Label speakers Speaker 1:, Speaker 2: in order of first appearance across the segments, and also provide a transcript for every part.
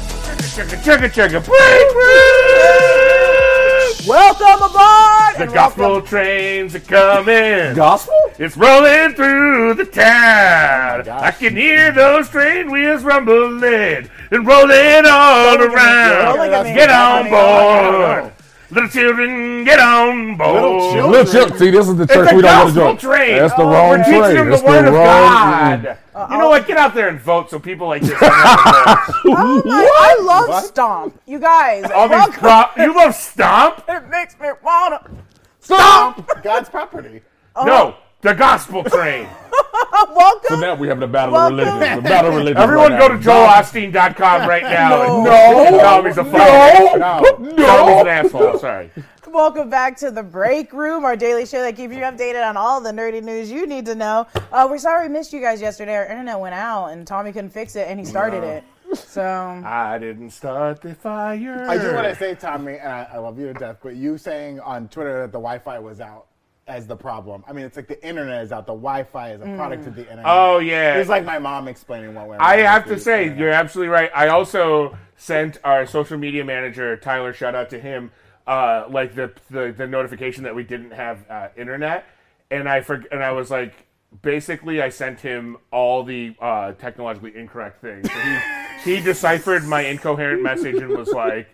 Speaker 1: chugga chugga chugga bring, bring.
Speaker 2: Welcome aboard!
Speaker 1: The
Speaker 2: and
Speaker 1: gospel
Speaker 2: welcome-
Speaker 1: trains are coming.
Speaker 2: Gospel?
Speaker 1: It's rolling through the town.
Speaker 2: gosh.
Speaker 1: I can hear those train wheels rumbling and rolling all
Speaker 2: Rolling,
Speaker 1: around.
Speaker 2: rolling, rolling,
Speaker 1: get on
Speaker 2: rolling, rolling.
Speaker 1: board. Little children, get on board.
Speaker 3: Oh.
Speaker 2: Little children?
Speaker 4: Little Chip, see, this is the church
Speaker 1: a
Speaker 4: we don't want
Speaker 1: gospel
Speaker 4: to join.
Speaker 1: train.
Speaker 4: That's the
Speaker 1: Oh,
Speaker 4: wrong
Speaker 1: We're teaching
Speaker 4: train.
Speaker 1: them the
Speaker 4: That's
Speaker 1: word of
Speaker 4: wrong-
Speaker 1: God. You know what? Get out there and vote so people like this. don't have to vote.
Speaker 2: Oh my, I love Stomp. You guys,
Speaker 1: All these
Speaker 2: welcome.
Speaker 1: pro- you love stomp?
Speaker 2: it makes me wanna.
Speaker 4: Stop!
Speaker 5: God's property.
Speaker 1: No, the gospel train.
Speaker 2: Oh, Welcome.
Speaker 4: Now we have the battle of
Speaker 2: Welcome.
Speaker 4: religions. The battle of religions.
Speaker 1: Everyone
Speaker 4: right
Speaker 1: go
Speaker 4: now.
Speaker 1: to joelosteen.com right now.
Speaker 2: No.
Speaker 1: and Tom is a fucking- Tom is an asshole. Sorry.
Speaker 2: Welcome back to the Break Room, our daily show that keeps you updated on all the nerdy news you need to know. Uh, we're sorry we missed you guys yesterday. Our internet went out, and Tommy couldn't fix it, and he started it. So
Speaker 1: I didn't start the fire.
Speaker 5: I just want to say, Tommy, and I, I love you to death, but you saying on Twitter that the Wi-Fi was out as the problem. I mean, it's like the internet is out. The Wi-Fi is a product of the internet.
Speaker 1: Oh yeah.
Speaker 5: It's like my mom explaining what we're.
Speaker 1: I have to say, you're absolutely right. I also sent our social media manager Tyler, shout out to him, uh, like the, the the notification that we didn't have uh, internet, and I for, and I was like, basically, I sent him all the uh, technologically incorrect things. So he, he deciphered my incoherent message and was like.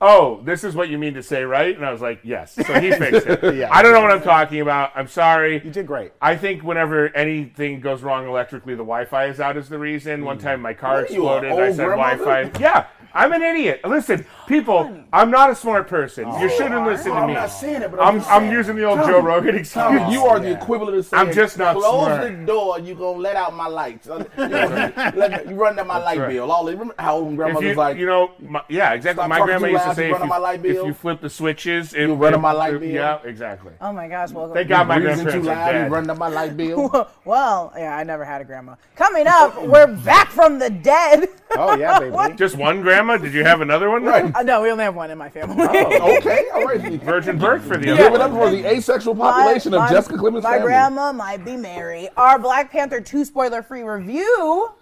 Speaker 1: Oh, this is what you mean to say, right? And I was like, yes. So he fixed it.
Speaker 5: Yeah.
Speaker 1: I don't know what I'm talking about. I'm sorry.
Speaker 5: You did great.
Speaker 1: I think whenever anything goes wrong electrically, the Wi-Fi is out is the reason.
Speaker 3: Mm.
Speaker 1: One time my car
Speaker 5: What are you, an
Speaker 1: exploded. I
Speaker 5: old
Speaker 1: said
Speaker 5: grandmother?
Speaker 1: Wi-Fi. Yeah, I'm an idiot. Listen, people, I'm not a smart person.
Speaker 3: Oh,
Speaker 1: you shouldn't listen to
Speaker 5: I'm
Speaker 1: me.
Speaker 5: not saying it, but I'm
Speaker 1: I'm,
Speaker 5: just
Speaker 1: I'm
Speaker 5: saying.
Speaker 1: using the old Joe Rogan excuse.
Speaker 3: You are the
Speaker 5: Yeah.
Speaker 3: equivalent of saying,
Speaker 1: I'm just not
Speaker 3: close
Speaker 1: smart."
Speaker 3: the door, you going to let out my lights. Uh, you, know, let me- you run down my light
Speaker 1: right.
Speaker 3: bill. All Remember how old
Speaker 1: If
Speaker 3: grandmother
Speaker 1: you,
Speaker 3: was like,
Speaker 1: you know, my, yeah, exactly.
Speaker 3: Stop
Speaker 1: My
Speaker 3: talking
Speaker 1: grandma
Speaker 3: too
Speaker 1: used to
Speaker 3: loud,
Speaker 1: say,
Speaker 3: you
Speaker 1: if
Speaker 3: running my light
Speaker 1: you, if
Speaker 3: bill?
Speaker 1: you flip the switches, it,
Speaker 3: You running
Speaker 1: it-
Speaker 3: my light bill?
Speaker 1: Yeah, exactly.
Speaker 2: oh my gosh, welcome.
Speaker 1: Thank God my
Speaker 3: reason too
Speaker 1: grandparents are
Speaker 3: loud,
Speaker 1: dead.
Speaker 3: you run down my light bill.
Speaker 2: well, yeah, I never had a grandma. Coming up, we're back from the dead.
Speaker 5: Oh yeah, baby.
Speaker 2: What?
Speaker 1: Just one grandma? Did you have another one?
Speaker 3: Right.
Speaker 2: Uh, no, we only have one in my family.
Speaker 1: Oh.
Speaker 3: okay, all right.
Speaker 1: Virgin birth for the
Speaker 3: Give
Speaker 1: other
Speaker 3: it up
Speaker 1: one.
Speaker 3: for the asexual population of Jessica Clemens'
Speaker 2: my
Speaker 3: family.
Speaker 2: grandma might be Mary. Our Black Panther 2 spoiler free review.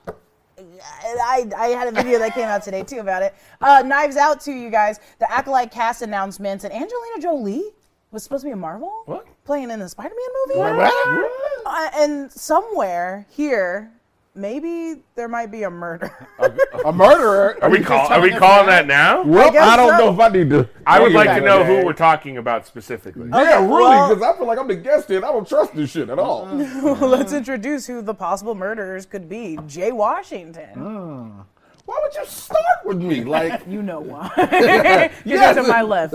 Speaker 2: I, I had a video that came out today too about it. Uh, Knives Out to you guys. The Acolyte cast announcements and Angelina Jolie was supposed to be in Marvel.
Speaker 1: What?
Speaker 2: Playing in the Spider-Man movie.
Speaker 1: What?
Speaker 2: Uh, and somewhere here, maybe there might be a murder.
Speaker 5: A murderer.
Speaker 1: Are we, call, are we calling that now?
Speaker 4: Well,
Speaker 2: guess
Speaker 4: I, don't
Speaker 2: so.
Speaker 4: know if I need to.
Speaker 1: I would like to
Speaker 5: gotta
Speaker 1: know
Speaker 5: do
Speaker 1: who
Speaker 5: it.
Speaker 1: we're talking about specifically.
Speaker 4: Mm-hmm.
Speaker 3: Yeah, really,
Speaker 2: well-
Speaker 3: because I feel like I'm the guest here and I don't trust this shit at all.
Speaker 1: Mm.
Speaker 3: Uh-huh.
Speaker 2: Let's introduce who the possible murderers could be. Jay Washington.
Speaker 3: Mm. Why would you start with me? Like,
Speaker 2: You know why. You're
Speaker 3: yes.
Speaker 2: to my left.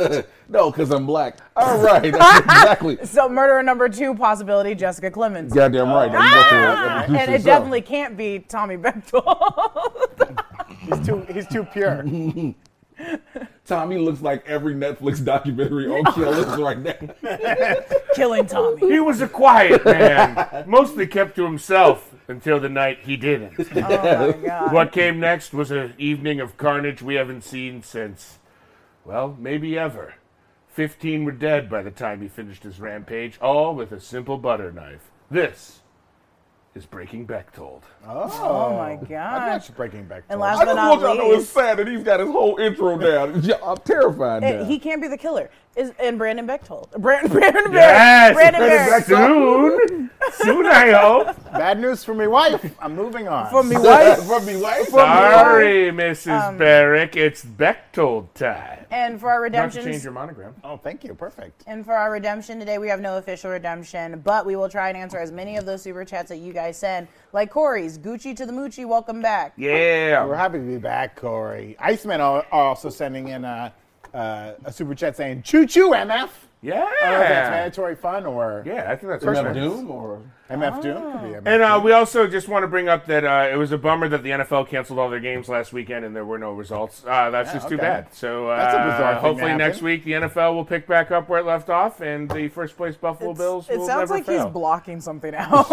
Speaker 3: no, because I'm black. All right, that's exactly.
Speaker 2: So murderer number two possibility, Jessica Clemens.
Speaker 3: Goddamn right. I'm
Speaker 2: Ah!
Speaker 3: guilty.
Speaker 4: uh,
Speaker 2: And it definitely can't be Tommy Bechtel.
Speaker 5: He's too. He's too pure.
Speaker 3: Tommy looks like every Netflix documentary on killers right now.
Speaker 2: Killing Tommy.
Speaker 1: He was a quiet man, mostly kept to himself until the night he didn't.
Speaker 2: Oh my God.
Speaker 1: What came next was an evening of carnage we haven't seen since, well, maybe ever. Fifteen were dead by the time he finished his rampage, all with a simple butter knife. This is Breaking Bechtold.
Speaker 2: Oh my
Speaker 5: I'm
Speaker 2: God.
Speaker 5: not breaking back.
Speaker 2: And
Speaker 5: doors.
Speaker 2: last
Speaker 3: I
Speaker 2: but
Speaker 3: just want
Speaker 2: not
Speaker 3: y'all to know it's
Speaker 2: least,
Speaker 3: sad that he's got his whole intro down. Yeah, I'm terrified now.
Speaker 2: eh, he can't be the killer. Is and Brandon Bechtold. Brandon Brandon Barrett.
Speaker 1: Yes,
Speaker 2: Brandon Barrett.
Speaker 1: soon, soon I hope.
Speaker 5: Bad news for me wife. I'm moving on.
Speaker 2: For me,
Speaker 3: What?
Speaker 2: wife.
Speaker 3: From me, wife?
Speaker 1: Sorry, Mrs. Barrick, it's Bechtold time.
Speaker 2: And for our
Speaker 1: Not to change
Speaker 2: redemptions.
Speaker 1: your monogram.
Speaker 5: Oh, thank you. Perfect.
Speaker 2: And for our redemption today, we have no official redemption, but we will try and answer as many of those super chats that you guys send. Like Corey's, Gucci to the Moochie, welcome back.
Speaker 1: Yeah.
Speaker 5: We're happy to be back, Corey. Iceman are are also sending in a, uh, a super chat saying "Choo choo, MF."
Speaker 1: Yeah.
Speaker 5: I don't know if Oh, that's mandatory fun or
Speaker 1: Yeah, I think that's
Speaker 3: Remember
Speaker 1: right.
Speaker 3: Doom or?
Speaker 5: MF Doom could be MF.
Speaker 1: And uh, we also just want to bring up that uh, it was a bummer that the NFL canceled all their games last weekend and there were no results. Uh, that's just too
Speaker 5: okay.
Speaker 1: bad. So uh,
Speaker 5: That's a bizarre thing to
Speaker 1: hopefully
Speaker 5: happen.
Speaker 1: next week the NFL will pick back up where it left off and the first place Buffalo Bills
Speaker 2: it
Speaker 1: will
Speaker 2: sounds
Speaker 1: never
Speaker 2: like
Speaker 1: fail.
Speaker 2: he's blocking something out.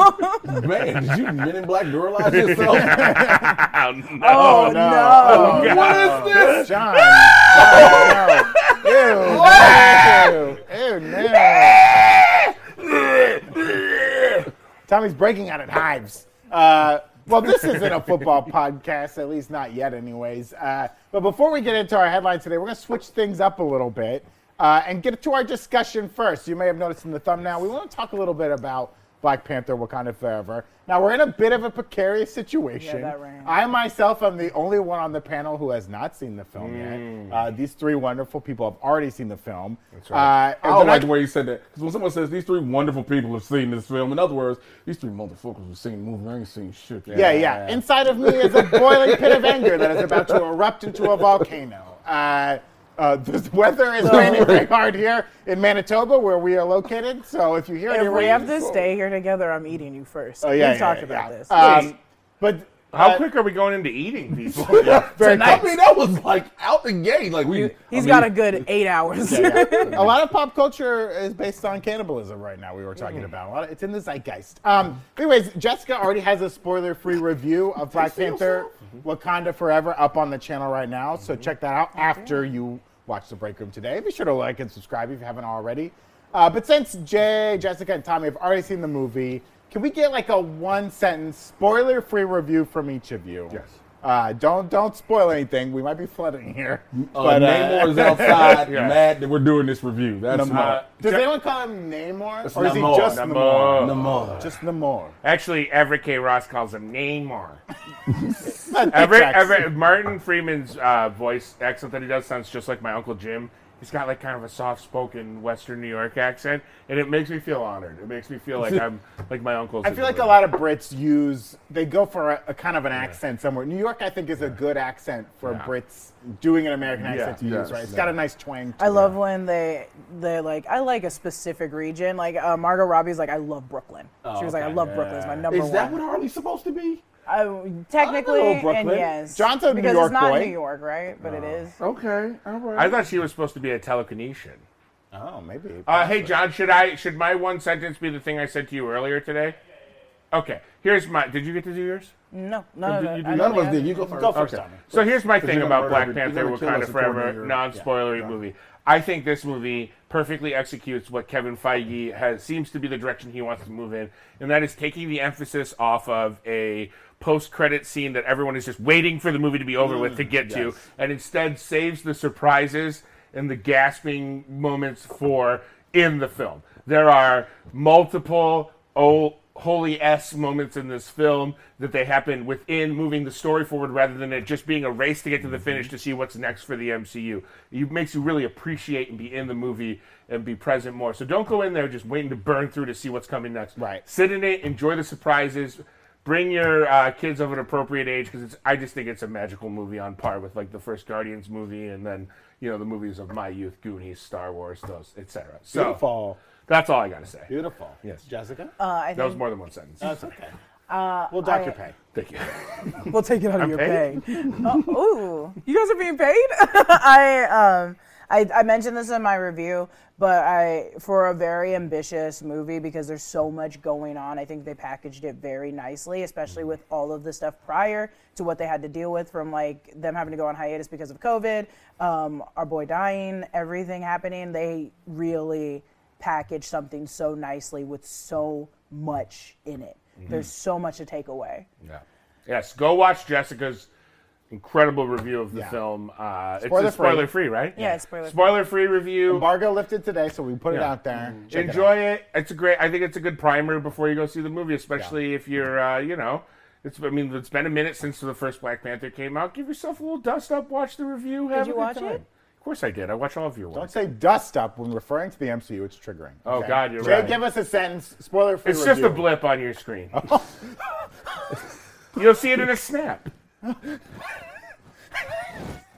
Speaker 3: Man, did you men in black neuralize yourself?
Speaker 1: Oh, no.
Speaker 2: Oh,
Speaker 5: no.
Speaker 2: no.
Speaker 5: Oh,
Speaker 3: what is this?
Speaker 5: John. Oh, no. Ew. Ew. Ew, no. Tommy's breaking out in hives. Uh, well, this isn't a football podcast, at least not yet, anyways. Uh, But before we get into our headline today, we're going to switch things up a little bit uh, and get to our discussion first. You may have noticed in the thumbnail, we want to talk a little bit about Black Panther Wakanda Forever. Now, we're in a bit of a precarious situation.
Speaker 2: that rain.
Speaker 5: I myself am the only one on the panel who has not seen the film yet. Uh, these three wonderful people have already seen the film. That's
Speaker 3: right.
Speaker 5: Uh,
Speaker 3: I
Speaker 5: and
Speaker 3: don't
Speaker 5: when
Speaker 3: like the way you said that. Because when someone says these three wonderful people have seen this film, in other words, these three motherfuckers have seen the movie. I ain't seen shit.
Speaker 5: Yeah, yeah. Inside of me is a boiling pit of anger that is about to erupt into a volcano. Uh, uh, the weather is raining very hard here in Manitoba, where we are located. So if you hear
Speaker 2: If
Speaker 5: any
Speaker 2: we
Speaker 5: rain,
Speaker 2: have to stay here together, I'm eating you first.
Speaker 5: oh yeah,
Speaker 2: We've
Speaker 5: yeah,
Speaker 2: talked
Speaker 5: yeah,
Speaker 2: about
Speaker 5: yeah.
Speaker 2: this.
Speaker 5: Um, but
Speaker 1: How
Speaker 5: uh,
Speaker 1: quick are we going into eating people?
Speaker 5: Very
Speaker 2: Tonight.
Speaker 3: I mean, that was like out the gate. Like we,
Speaker 2: He's
Speaker 3: I mean,
Speaker 2: got a good eight hours.
Speaker 5: a lot of pop culture is based on cannibalism right now. We were talking
Speaker 3: Mm.
Speaker 5: about a lot. Of, it's in the zeitgeist. Um, anyways, Jessica already has a spoiler-free review of Black Panther:
Speaker 3: Mm-hmm.
Speaker 5: Wakanda Forever up on the channel right now. So check that out after you watch the break room today. Be sure to like and subscribe if you haven't already. Uh, but since Jay, Jessica, and Tommy have already seen the movie, can we get like a one-sentence spoiler-free review from each of you?
Speaker 3: Yes.
Speaker 5: Uh, don't don't spoil anything. We might be flooding here.
Speaker 3: Uh,
Speaker 5: But, uh,
Speaker 3: Namor is outside,
Speaker 1: Yeah.
Speaker 3: mad that we're doing this review. That's
Speaker 1: Uh,
Speaker 3: not.
Speaker 5: Does anyone call him Namor?
Speaker 3: It's
Speaker 5: or is he
Speaker 3: Namor,
Speaker 5: just Namor?
Speaker 1: Namor.
Speaker 3: Namor.
Speaker 5: Just Namor.
Speaker 1: Actually, Everett K. Ross calls him Namor.
Speaker 5: That- that
Speaker 1: Everett,
Speaker 5: tracks.
Speaker 1: Everett, Martin Freeman's uh, voice accent that he does sounds just like my uncle Jim. He's got like kind of a soft-spoken Western New York accent, and it makes me feel honored. It makes me feel like I'm like my uncle's.
Speaker 5: I feel like a lot of Brits use, they go for a, a kind of an accent somewhere. New York, I think, is a good accent for Brits doing an American accent to
Speaker 3: Yeah.
Speaker 5: use,
Speaker 3: Yes.
Speaker 5: right? It's got a nice twang to
Speaker 2: I
Speaker 5: it.
Speaker 2: love when they they like I like a specific region. Like uh, Margot Robbie's like I love Brooklyn.
Speaker 5: Oh,
Speaker 2: she was like I
Speaker 3: okay.
Speaker 2: love Brooklyn. It's my number
Speaker 3: Is that
Speaker 2: one.
Speaker 3: what Harley's supposed to be?
Speaker 2: I, technically
Speaker 3: I know
Speaker 2: and
Speaker 3: Brooklyn.
Speaker 2: yes.
Speaker 5: Oh, John's a New
Speaker 2: because
Speaker 5: York
Speaker 2: it's not
Speaker 5: boy. Oh.
Speaker 2: New York, right? But it is.
Speaker 3: Okay, all
Speaker 1: I
Speaker 3: right.
Speaker 1: thought she was supposed to be a telekinesian.
Speaker 5: Oh, maybe.
Speaker 1: Uh, hey, John, should I should my one sentence be the thing I said to you earlier today? Okay, here's my. Did you get to do yours?
Speaker 2: No, none of
Speaker 1: you
Speaker 2: it.
Speaker 1: do
Speaker 2: I
Speaker 3: None of
Speaker 2: don't
Speaker 3: us
Speaker 2: think
Speaker 3: did. You go first.
Speaker 5: Go first,
Speaker 3: Okay.
Speaker 5: Tommy.
Speaker 1: So here's my thing
Speaker 3: you're
Speaker 1: about
Speaker 3: gonna
Speaker 1: Black
Speaker 3: murder-
Speaker 1: Panther:
Speaker 3: you're gonna kill
Speaker 1: Wakanda
Speaker 3: us according to
Speaker 1: Forever,
Speaker 3: your-
Speaker 1: non-spoilery movie. I think this movie perfectly executes what Kevin Feige has seems to be the direction he wants to move in, and that is taking the emphasis off of a post-credit scene that everyone is just waiting for the movie to be over with
Speaker 3: Mm,
Speaker 1: to get to, and instead saves the surprises and the gasping moments for in the film. There are multiple oh holy s moments in this film that they happen within moving the story forward rather than it just being a race to get to the finish to see what's next for the MCU. It makes you really appreciate and be in the movie and be present more. So don't go in there just waiting to burn through to see what's coming next.
Speaker 5: Right.
Speaker 1: Sit in it, enjoy the surprises. Bring your uh, kids of an appropriate age because it's. I just think it's a magical movie on par with like the first Guardians movie and then you know the movies of my youth, Goonies, Star Wars, those etc. So
Speaker 5: Beautiful.
Speaker 1: that's all I got to say.
Speaker 5: Beautiful. Yes. Jessica?
Speaker 2: Uh, I
Speaker 1: That was
Speaker 2: think
Speaker 1: more than one sentence.
Speaker 5: That's okay. we'll dock your pay.
Speaker 1: Thank you.
Speaker 2: we'll take it out of your
Speaker 1: paid?
Speaker 2: pay. oh, ooh, you guys are being paid. I um, I, I mentioned this in my review, but I for a very ambitious movie because there's so much going on. I think they packaged it very nicely, especially with all of the stuff prior to what they had to deal with from like them having to go on hiatus because of COVID, um, our boy dying, everything happening. They really packaged something so nicely with so much in it. There's so much to take away.
Speaker 1: Yeah. Yes. Go watch Jessica's incredible review of the
Speaker 5: Yeah.
Speaker 1: film. Uh,
Speaker 5: Spoiler-free.
Speaker 1: it's spoiler free, right?
Speaker 2: Yeah, it's spoiler-free.
Speaker 1: Spoiler-free review.
Speaker 5: Embargo lifted today, so we put it
Speaker 1: Yeah. Mm-hmm.
Speaker 5: out there. Check it out.
Speaker 1: Enjoy it. It's a great. I think it's a good primer before you go see the movie, especially if you're, uh, you know, it's. I mean, it's been a minute since the first Black Panther came out. Give yourself a little dust up. Watch the review. Have
Speaker 2: you
Speaker 1: a good
Speaker 2: watch
Speaker 1: time.
Speaker 2: it?
Speaker 1: Of course I did. I watch all of your
Speaker 5: Don't
Speaker 1: work.
Speaker 5: say dust up when referring to the MCU. It's triggering.
Speaker 1: Oh, God, you're
Speaker 5: Jay,
Speaker 1: right.
Speaker 5: give us a sentence, spoiler free
Speaker 1: It's just a blip on your screen. You'll see it in a snap.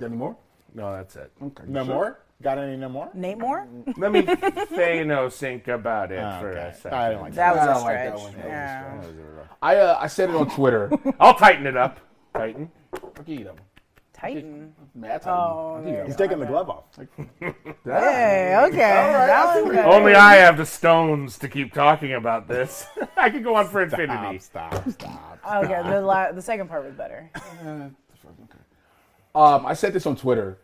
Speaker 3: Anymore?
Speaker 1: No, that's it.
Speaker 3: Okay.
Speaker 5: No more? Got any no more?
Speaker 2: Nate Moore?
Speaker 1: Let me Thanos think about it for
Speaker 5: Okay.
Speaker 1: a second.
Speaker 5: I don't like
Speaker 2: That
Speaker 3: I
Speaker 2: was a
Speaker 3: don't like
Speaker 2: stretch.
Speaker 3: that one. That was a
Speaker 2: yeah.
Speaker 3: I uh, I said it on Twitter.
Speaker 1: I'll tighten it up. Tighten.
Speaker 3: I'll give you that one.
Speaker 2: Titan.
Speaker 3: Matt,
Speaker 2: Oh,
Speaker 3: I'll give you that
Speaker 5: He's
Speaker 3: one.
Speaker 5: taking the glove off.
Speaker 2: Hey, okay. that was good.
Speaker 1: Only I have the stones to keep talking about this. I could go on for infinity.
Speaker 5: Stop, stop, stop.
Speaker 2: Okay, the, la- the second part was better.
Speaker 3: Um, I said this on Twitter.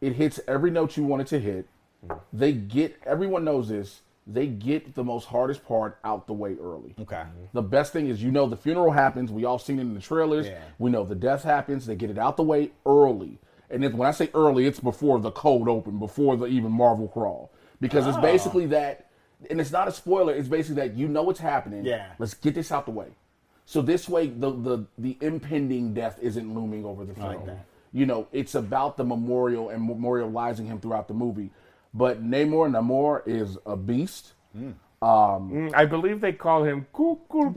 Speaker 3: It hits every note you want it to hit.
Speaker 5: Mm-hmm.
Speaker 3: They get everyone knows this. They get the most hardest part out the way early.
Speaker 5: Okay.
Speaker 3: The best thing is you know the funeral happens. We all seen it in the trailers.
Speaker 5: Yeah.
Speaker 3: We know the death happens. They get it out the way early. And if, when I say early, it's before the cold open, before the even Marvel crawl, because
Speaker 5: Oh.
Speaker 3: it's basically that, and it's not a spoiler. It's basically that you know what's happening.
Speaker 5: Yeah.
Speaker 3: Let's get this out the way. So this way, the the the impending death isn't looming over the throne.
Speaker 5: that.
Speaker 3: You know, it's about the memorial and memorializing him throughout the movie. But Namor Namor is a beast.
Speaker 1: I believe they call him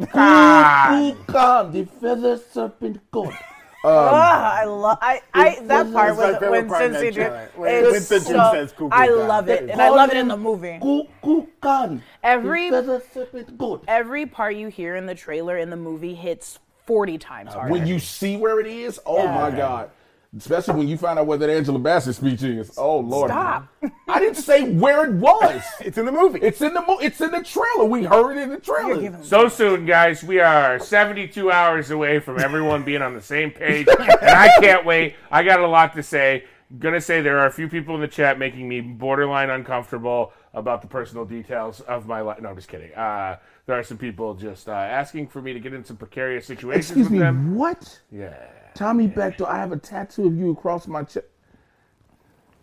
Speaker 1: Kukulkan.
Speaker 3: Who come the feather serpent god?
Speaker 5: Um,
Speaker 2: Ah, I love I, I that part
Speaker 5: my
Speaker 2: with
Speaker 5: favorite
Speaker 2: when
Speaker 5: part in that
Speaker 2: Cincy
Speaker 5: trailer.
Speaker 2: did
Speaker 5: When- when
Speaker 2: it's
Speaker 5: Cincy
Speaker 2: so,
Speaker 5: says cuckoo
Speaker 2: I
Speaker 5: guy.
Speaker 2: love it and I love it in the movie.
Speaker 3: Kukulkan,
Speaker 2: Every-
Speaker 3: the feather serpent god.
Speaker 2: Every part you hear in the trailer in the movie hits 40 times
Speaker 5: Uh,
Speaker 2: harder.
Speaker 3: When you see where it is, oh
Speaker 2: Yeah.
Speaker 3: my god! Especially when you find out where that Angela Bassett speech is. Oh lord!
Speaker 2: Stop.
Speaker 3: I didn't say where it was.
Speaker 5: It's in the movie.
Speaker 3: It's in the mo- it's in the trailer. We heard it in the trailer.
Speaker 2: You're giving-
Speaker 1: So soon, guys, we are 72 hours away from everyone being on the same page, and I can't wait. I got a lot to say. Gonna say there are a few people in the chat making me borderline uncomfortable about the personal details of my life. No, I'm just kidding. Uh, there are some people just uh, asking for me to get in some precarious situations
Speaker 3: Excuse
Speaker 1: with
Speaker 3: me.
Speaker 1: them.
Speaker 3: What?
Speaker 1: Yeah.
Speaker 3: Tommy Beckler, I have a tattoo of you across my chest.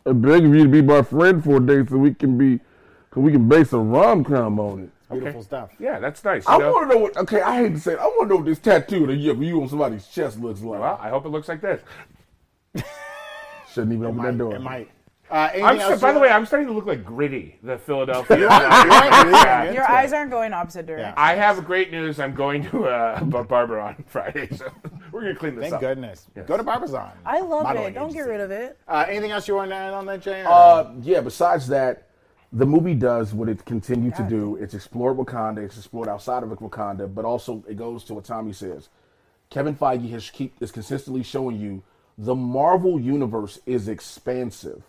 Speaker 3: I beg of you to be my friend for a day so we can be, so we can base a rom com on it.
Speaker 5: Beautiful stuff.
Speaker 1: Yeah, that's nice. you
Speaker 3: I
Speaker 1: know?
Speaker 3: want to know what. Okay, I hate to say it. I want to know what this tattoo that you have you on somebody's chest looks like.
Speaker 1: Well, I hope it looks like this.
Speaker 3: Shouldn't even open that door.
Speaker 5: It might. Uh, anything
Speaker 1: I'm
Speaker 5: else
Speaker 1: st- by
Speaker 5: you
Speaker 1: the
Speaker 5: want-
Speaker 1: way, I'm starting to look like Gritty, the Philadelphia.
Speaker 5: You're right, you're right,
Speaker 2: Your
Speaker 5: it's
Speaker 2: eyes aren't going opposite direction.
Speaker 1: I have great news. I'm going to uh, a barber on Friday, so we're gonna clean this
Speaker 5: Thank
Speaker 1: up.
Speaker 5: goodness. Go to Barbizon.
Speaker 2: I love it. Don't get rid of it.
Speaker 5: Uh, anything else you want to add on that, Jay?
Speaker 3: Uh, yeah. Besides that, the movie does what it continued to do. It's explored Wakanda. It's explored outside of Wakanda, but also it goes to what Tommy says. Kevin Feige has keep is consistently showing you the Marvel universe is expansive.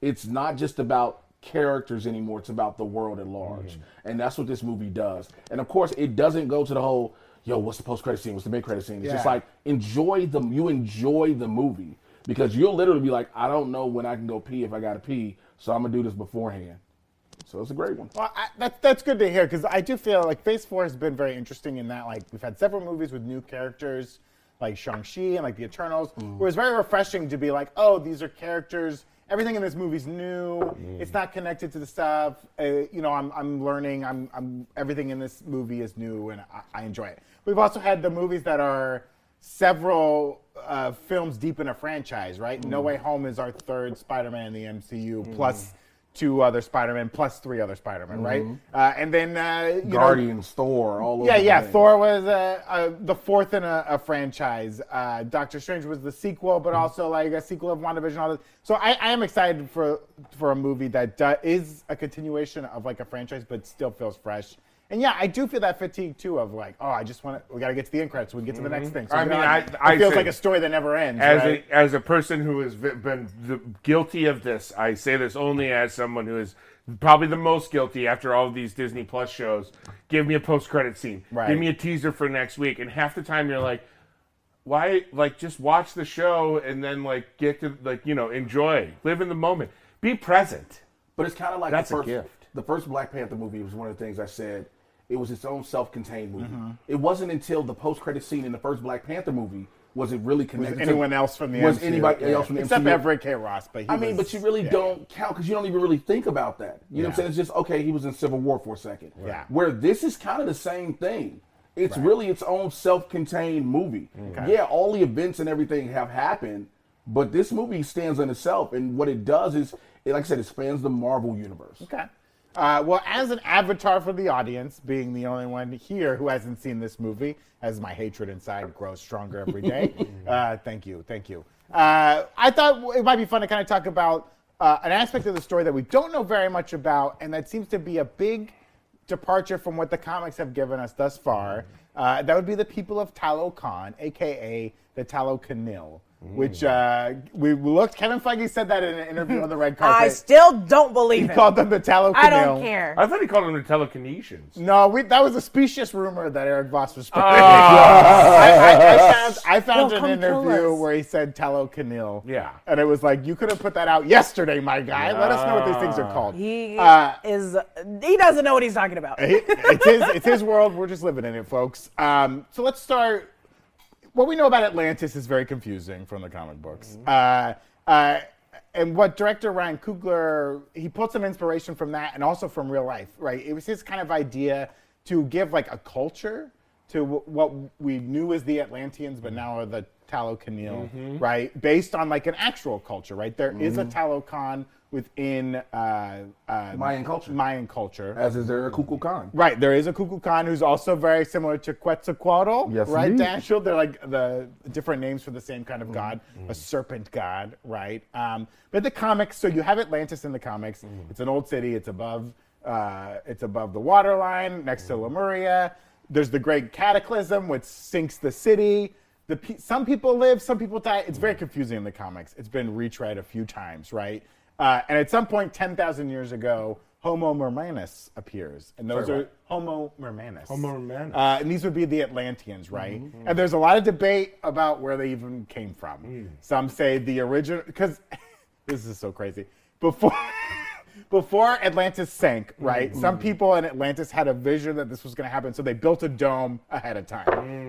Speaker 3: It's not just about characters anymore. It's about the world at large, and that's what this movie does. And of course, it doesn't go to the whole. Yo, what's the post-credit scene? What's the mid-credit scene? It's just
Speaker 5: Yeah.
Speaker 3: like enjoy the you enjoy the movie because you'll literally be like, I don't know when I can go pee if I gotta pee, so I'm gonna do this beforehand. So it's a great one.
Speaker 5: Well, I, that, that's good to hear because I do feel like Phase Four has been very interesting in that like we've had several movies with new characters like Shang Chi and like the Eternals, where it's very refreshing to be like, oh, these are characters. Everything in this movie's new. It's not connected to the stuff. Uh, you know, I'm, I'm learning. I'm, I'm everything in this movie is new, and I, I enjoy it. We've also had the movies that are several uh, films deep in a franchise, right? No Way Home is our third Spider-Man in the MCU, plus two other Spider-Man, plus three other Spider-Man, right? Uh, and then uh, you know,
Speaker 3: Guardians, Thor, all of
Speaker 5: yeah, yeah.
Speaker 3: Things.
Speaker 5: Thor was uh, uh, the fourth in a, a franchise. Uh, Doctor Strange was the sequel,
Speaker 3: Mm-hmm.
Speaker 5: but also like a sequel of WandaVision. All this. So I, I am excited for for a movie that do- is a continuation of like a franchise, but still feels fresh. And yeah, I do feel that fatigue too of like, oh, I just want to. We got to get to the end credits. We get to the
Speaker 3: Mm-hmm.
Speaker 5: next thing. So
Speaker 1: I
Speaker 5: we
Speaker 1: mean,
Speaker 5: gotta-
Speaker 1: I-
Speaker 5: it
Speaker 1: I
Speaker 5: feels
Speaker 1: say-
Speaker 5: like a story that never ends.
Speaker 1: As
Speaker 5: right?
Speaker 1: a as a person who has v- been the, guilty of this, I say this only as someone who is probably the most guilty after all of these Disney Plus shows. Give me a post credit scene.
Speaker 5: Right.
Speaker 1: Give me a teaser for next week, and half the time you're like, why? Like, just watch the show and then like get to like you know enjoy, live in the moment, be present.
Speaker 3: But it's kind of like
Speaker 1: That's a
Speaker 3: the first,
Speaker 1: gift.
Speaker 3: The first Black Panther movie was one of the things I said. It was its own self-contained movie.
Speaker 5: Mm-hmm.
Speaker 3: It wasn't until the post-credit scene in the first Black Panther movie was it really connected. to-
Speaker 5: anyone else from the
Speaker 3: was
Speaker 5: MCU?
Speaker 3: anybody
Speaker 5: Yeah.
Speaker 3: else from the
Speaker 5: except
Speaker 3: MCU?
Speaker 5: Everett K. Ross, but he
Speaker 3: I mean,
Speaker 5: was-
Speaker 3: but you really
Speaker 5: yeah.
Speaker 3: don't count because you don't even really think about that. You know what I'm saying? It's just okay. He was in Civil War for a second.
Speaker 5: Yeah.
Speaker 3: Where this is kind of the same thing. It's really its own self-contained movie. Yeah, all the events and everything have happened, but this movie stands on itself. And what it does is, it, like I said, it spans the Marvel universe.
Speaker 5: Okay. Uh, well, as an avatar for the audience, being the only one here who hasn't seen this movie, as my hatred inside grows stronger every day. uh, thank you, thank you. Uh, I thought it might be fun to kind of talk about uh, an aspect of the story that we don't know very much about, and that seems to be a big departure from what the comics have given us thus far. Uh, that would be the people of Talo Khan, aka the Talo Kanil, which uh, we we looked. Kevin Feige said that in an interview on the red carpet.
Speaker 2: I still don't believe
Speaker 5: He
Speaker 2: it.
Speaker 5: called them the tallow
Speaker 2: I don't
Speaker 5: Canil.
Speaker 2: care.
Speaker 1: I thought he called them the telekinesians.
Speaker 5: No, we, that was a specious rumor that Eric Voss was spreading. I, I, I found, I found
Speaker 2: They'll
Speaker 5: an
Speaker 2: Oh. come kill
Speaker 5: interview
Speaker 2: us.
Speaker 5: where he said tallow Canil.
Speaker 1: Yeah.
Speaker 5: And it was like, you could have put that out yesterday, my guy. Let us know what these things are called.
Speaker 2: He
Speaker 5: Uh,
Speaker 2: is he doesn't know what he's talking about.
Speaker 5: it- it's, his, it's his world. We're just living in it, folks. Um, so
Speaker 3: Mm-hmm.
Speaker 5: let's start. What we know about Atlantis is very confusing from the comic books. Uh, Uh, and what director Ryan Coogler he pulled some inspiration from that and also from real life, right? It was his kind of idea to give like a culture to w- what we knew as the Atlanteans, but now are the Talokanil,
Speaker 3: Mm-hmm.
Speaker 5: right? Based on like an actual culture, right? There is a Talokan within uh, uh,
Speaker 3: Mayan culture.
Speaker 5: Mayan culture,
Speaker 3: As is there a Kukulkan. Khan.
Speaker 5: Right, there is a Kukulkan who's also very similar to Quetzalcoatl.
Speaker 3: Yes,
Speaker 5: right,
Speaker 3: indeed. Mm-hmm.
Speaker 5: Dashiell. They're like the different names for the same kind of god, a serpent god, right? Um, but the comics, so you have Atlantis in the comics.
Speaker 3: Mm-hmm.
Speaker 5: It's an old city. It's above, uh, it's above the water line, next
Speaker 3: Mm-hmm.
Speaker 5: to Lemuria. There's the Great Cataclysm, which sinks the city. The pe- some people live, some people die. It's very confusing in the comics. It's been retried a few times, right? Uh, and at some point, 10,000 years ago, Homo mermanus appears. And those
Speaker 3: Sorry,
Speaker 5: are
Speaker 3: what?
Speaker 5: Homo mermanus.
Speaker 1: Homo mermanus.
Speaker 5: Uh, and these would be the Atlanteans, right? And there's a lot of debate about where they even came from. Some say the original, because this is so crazy. Before. Before Atlantis sank, right? Some people in Atlantis had a vision that this was going to happen, so they built a dome ahead of time.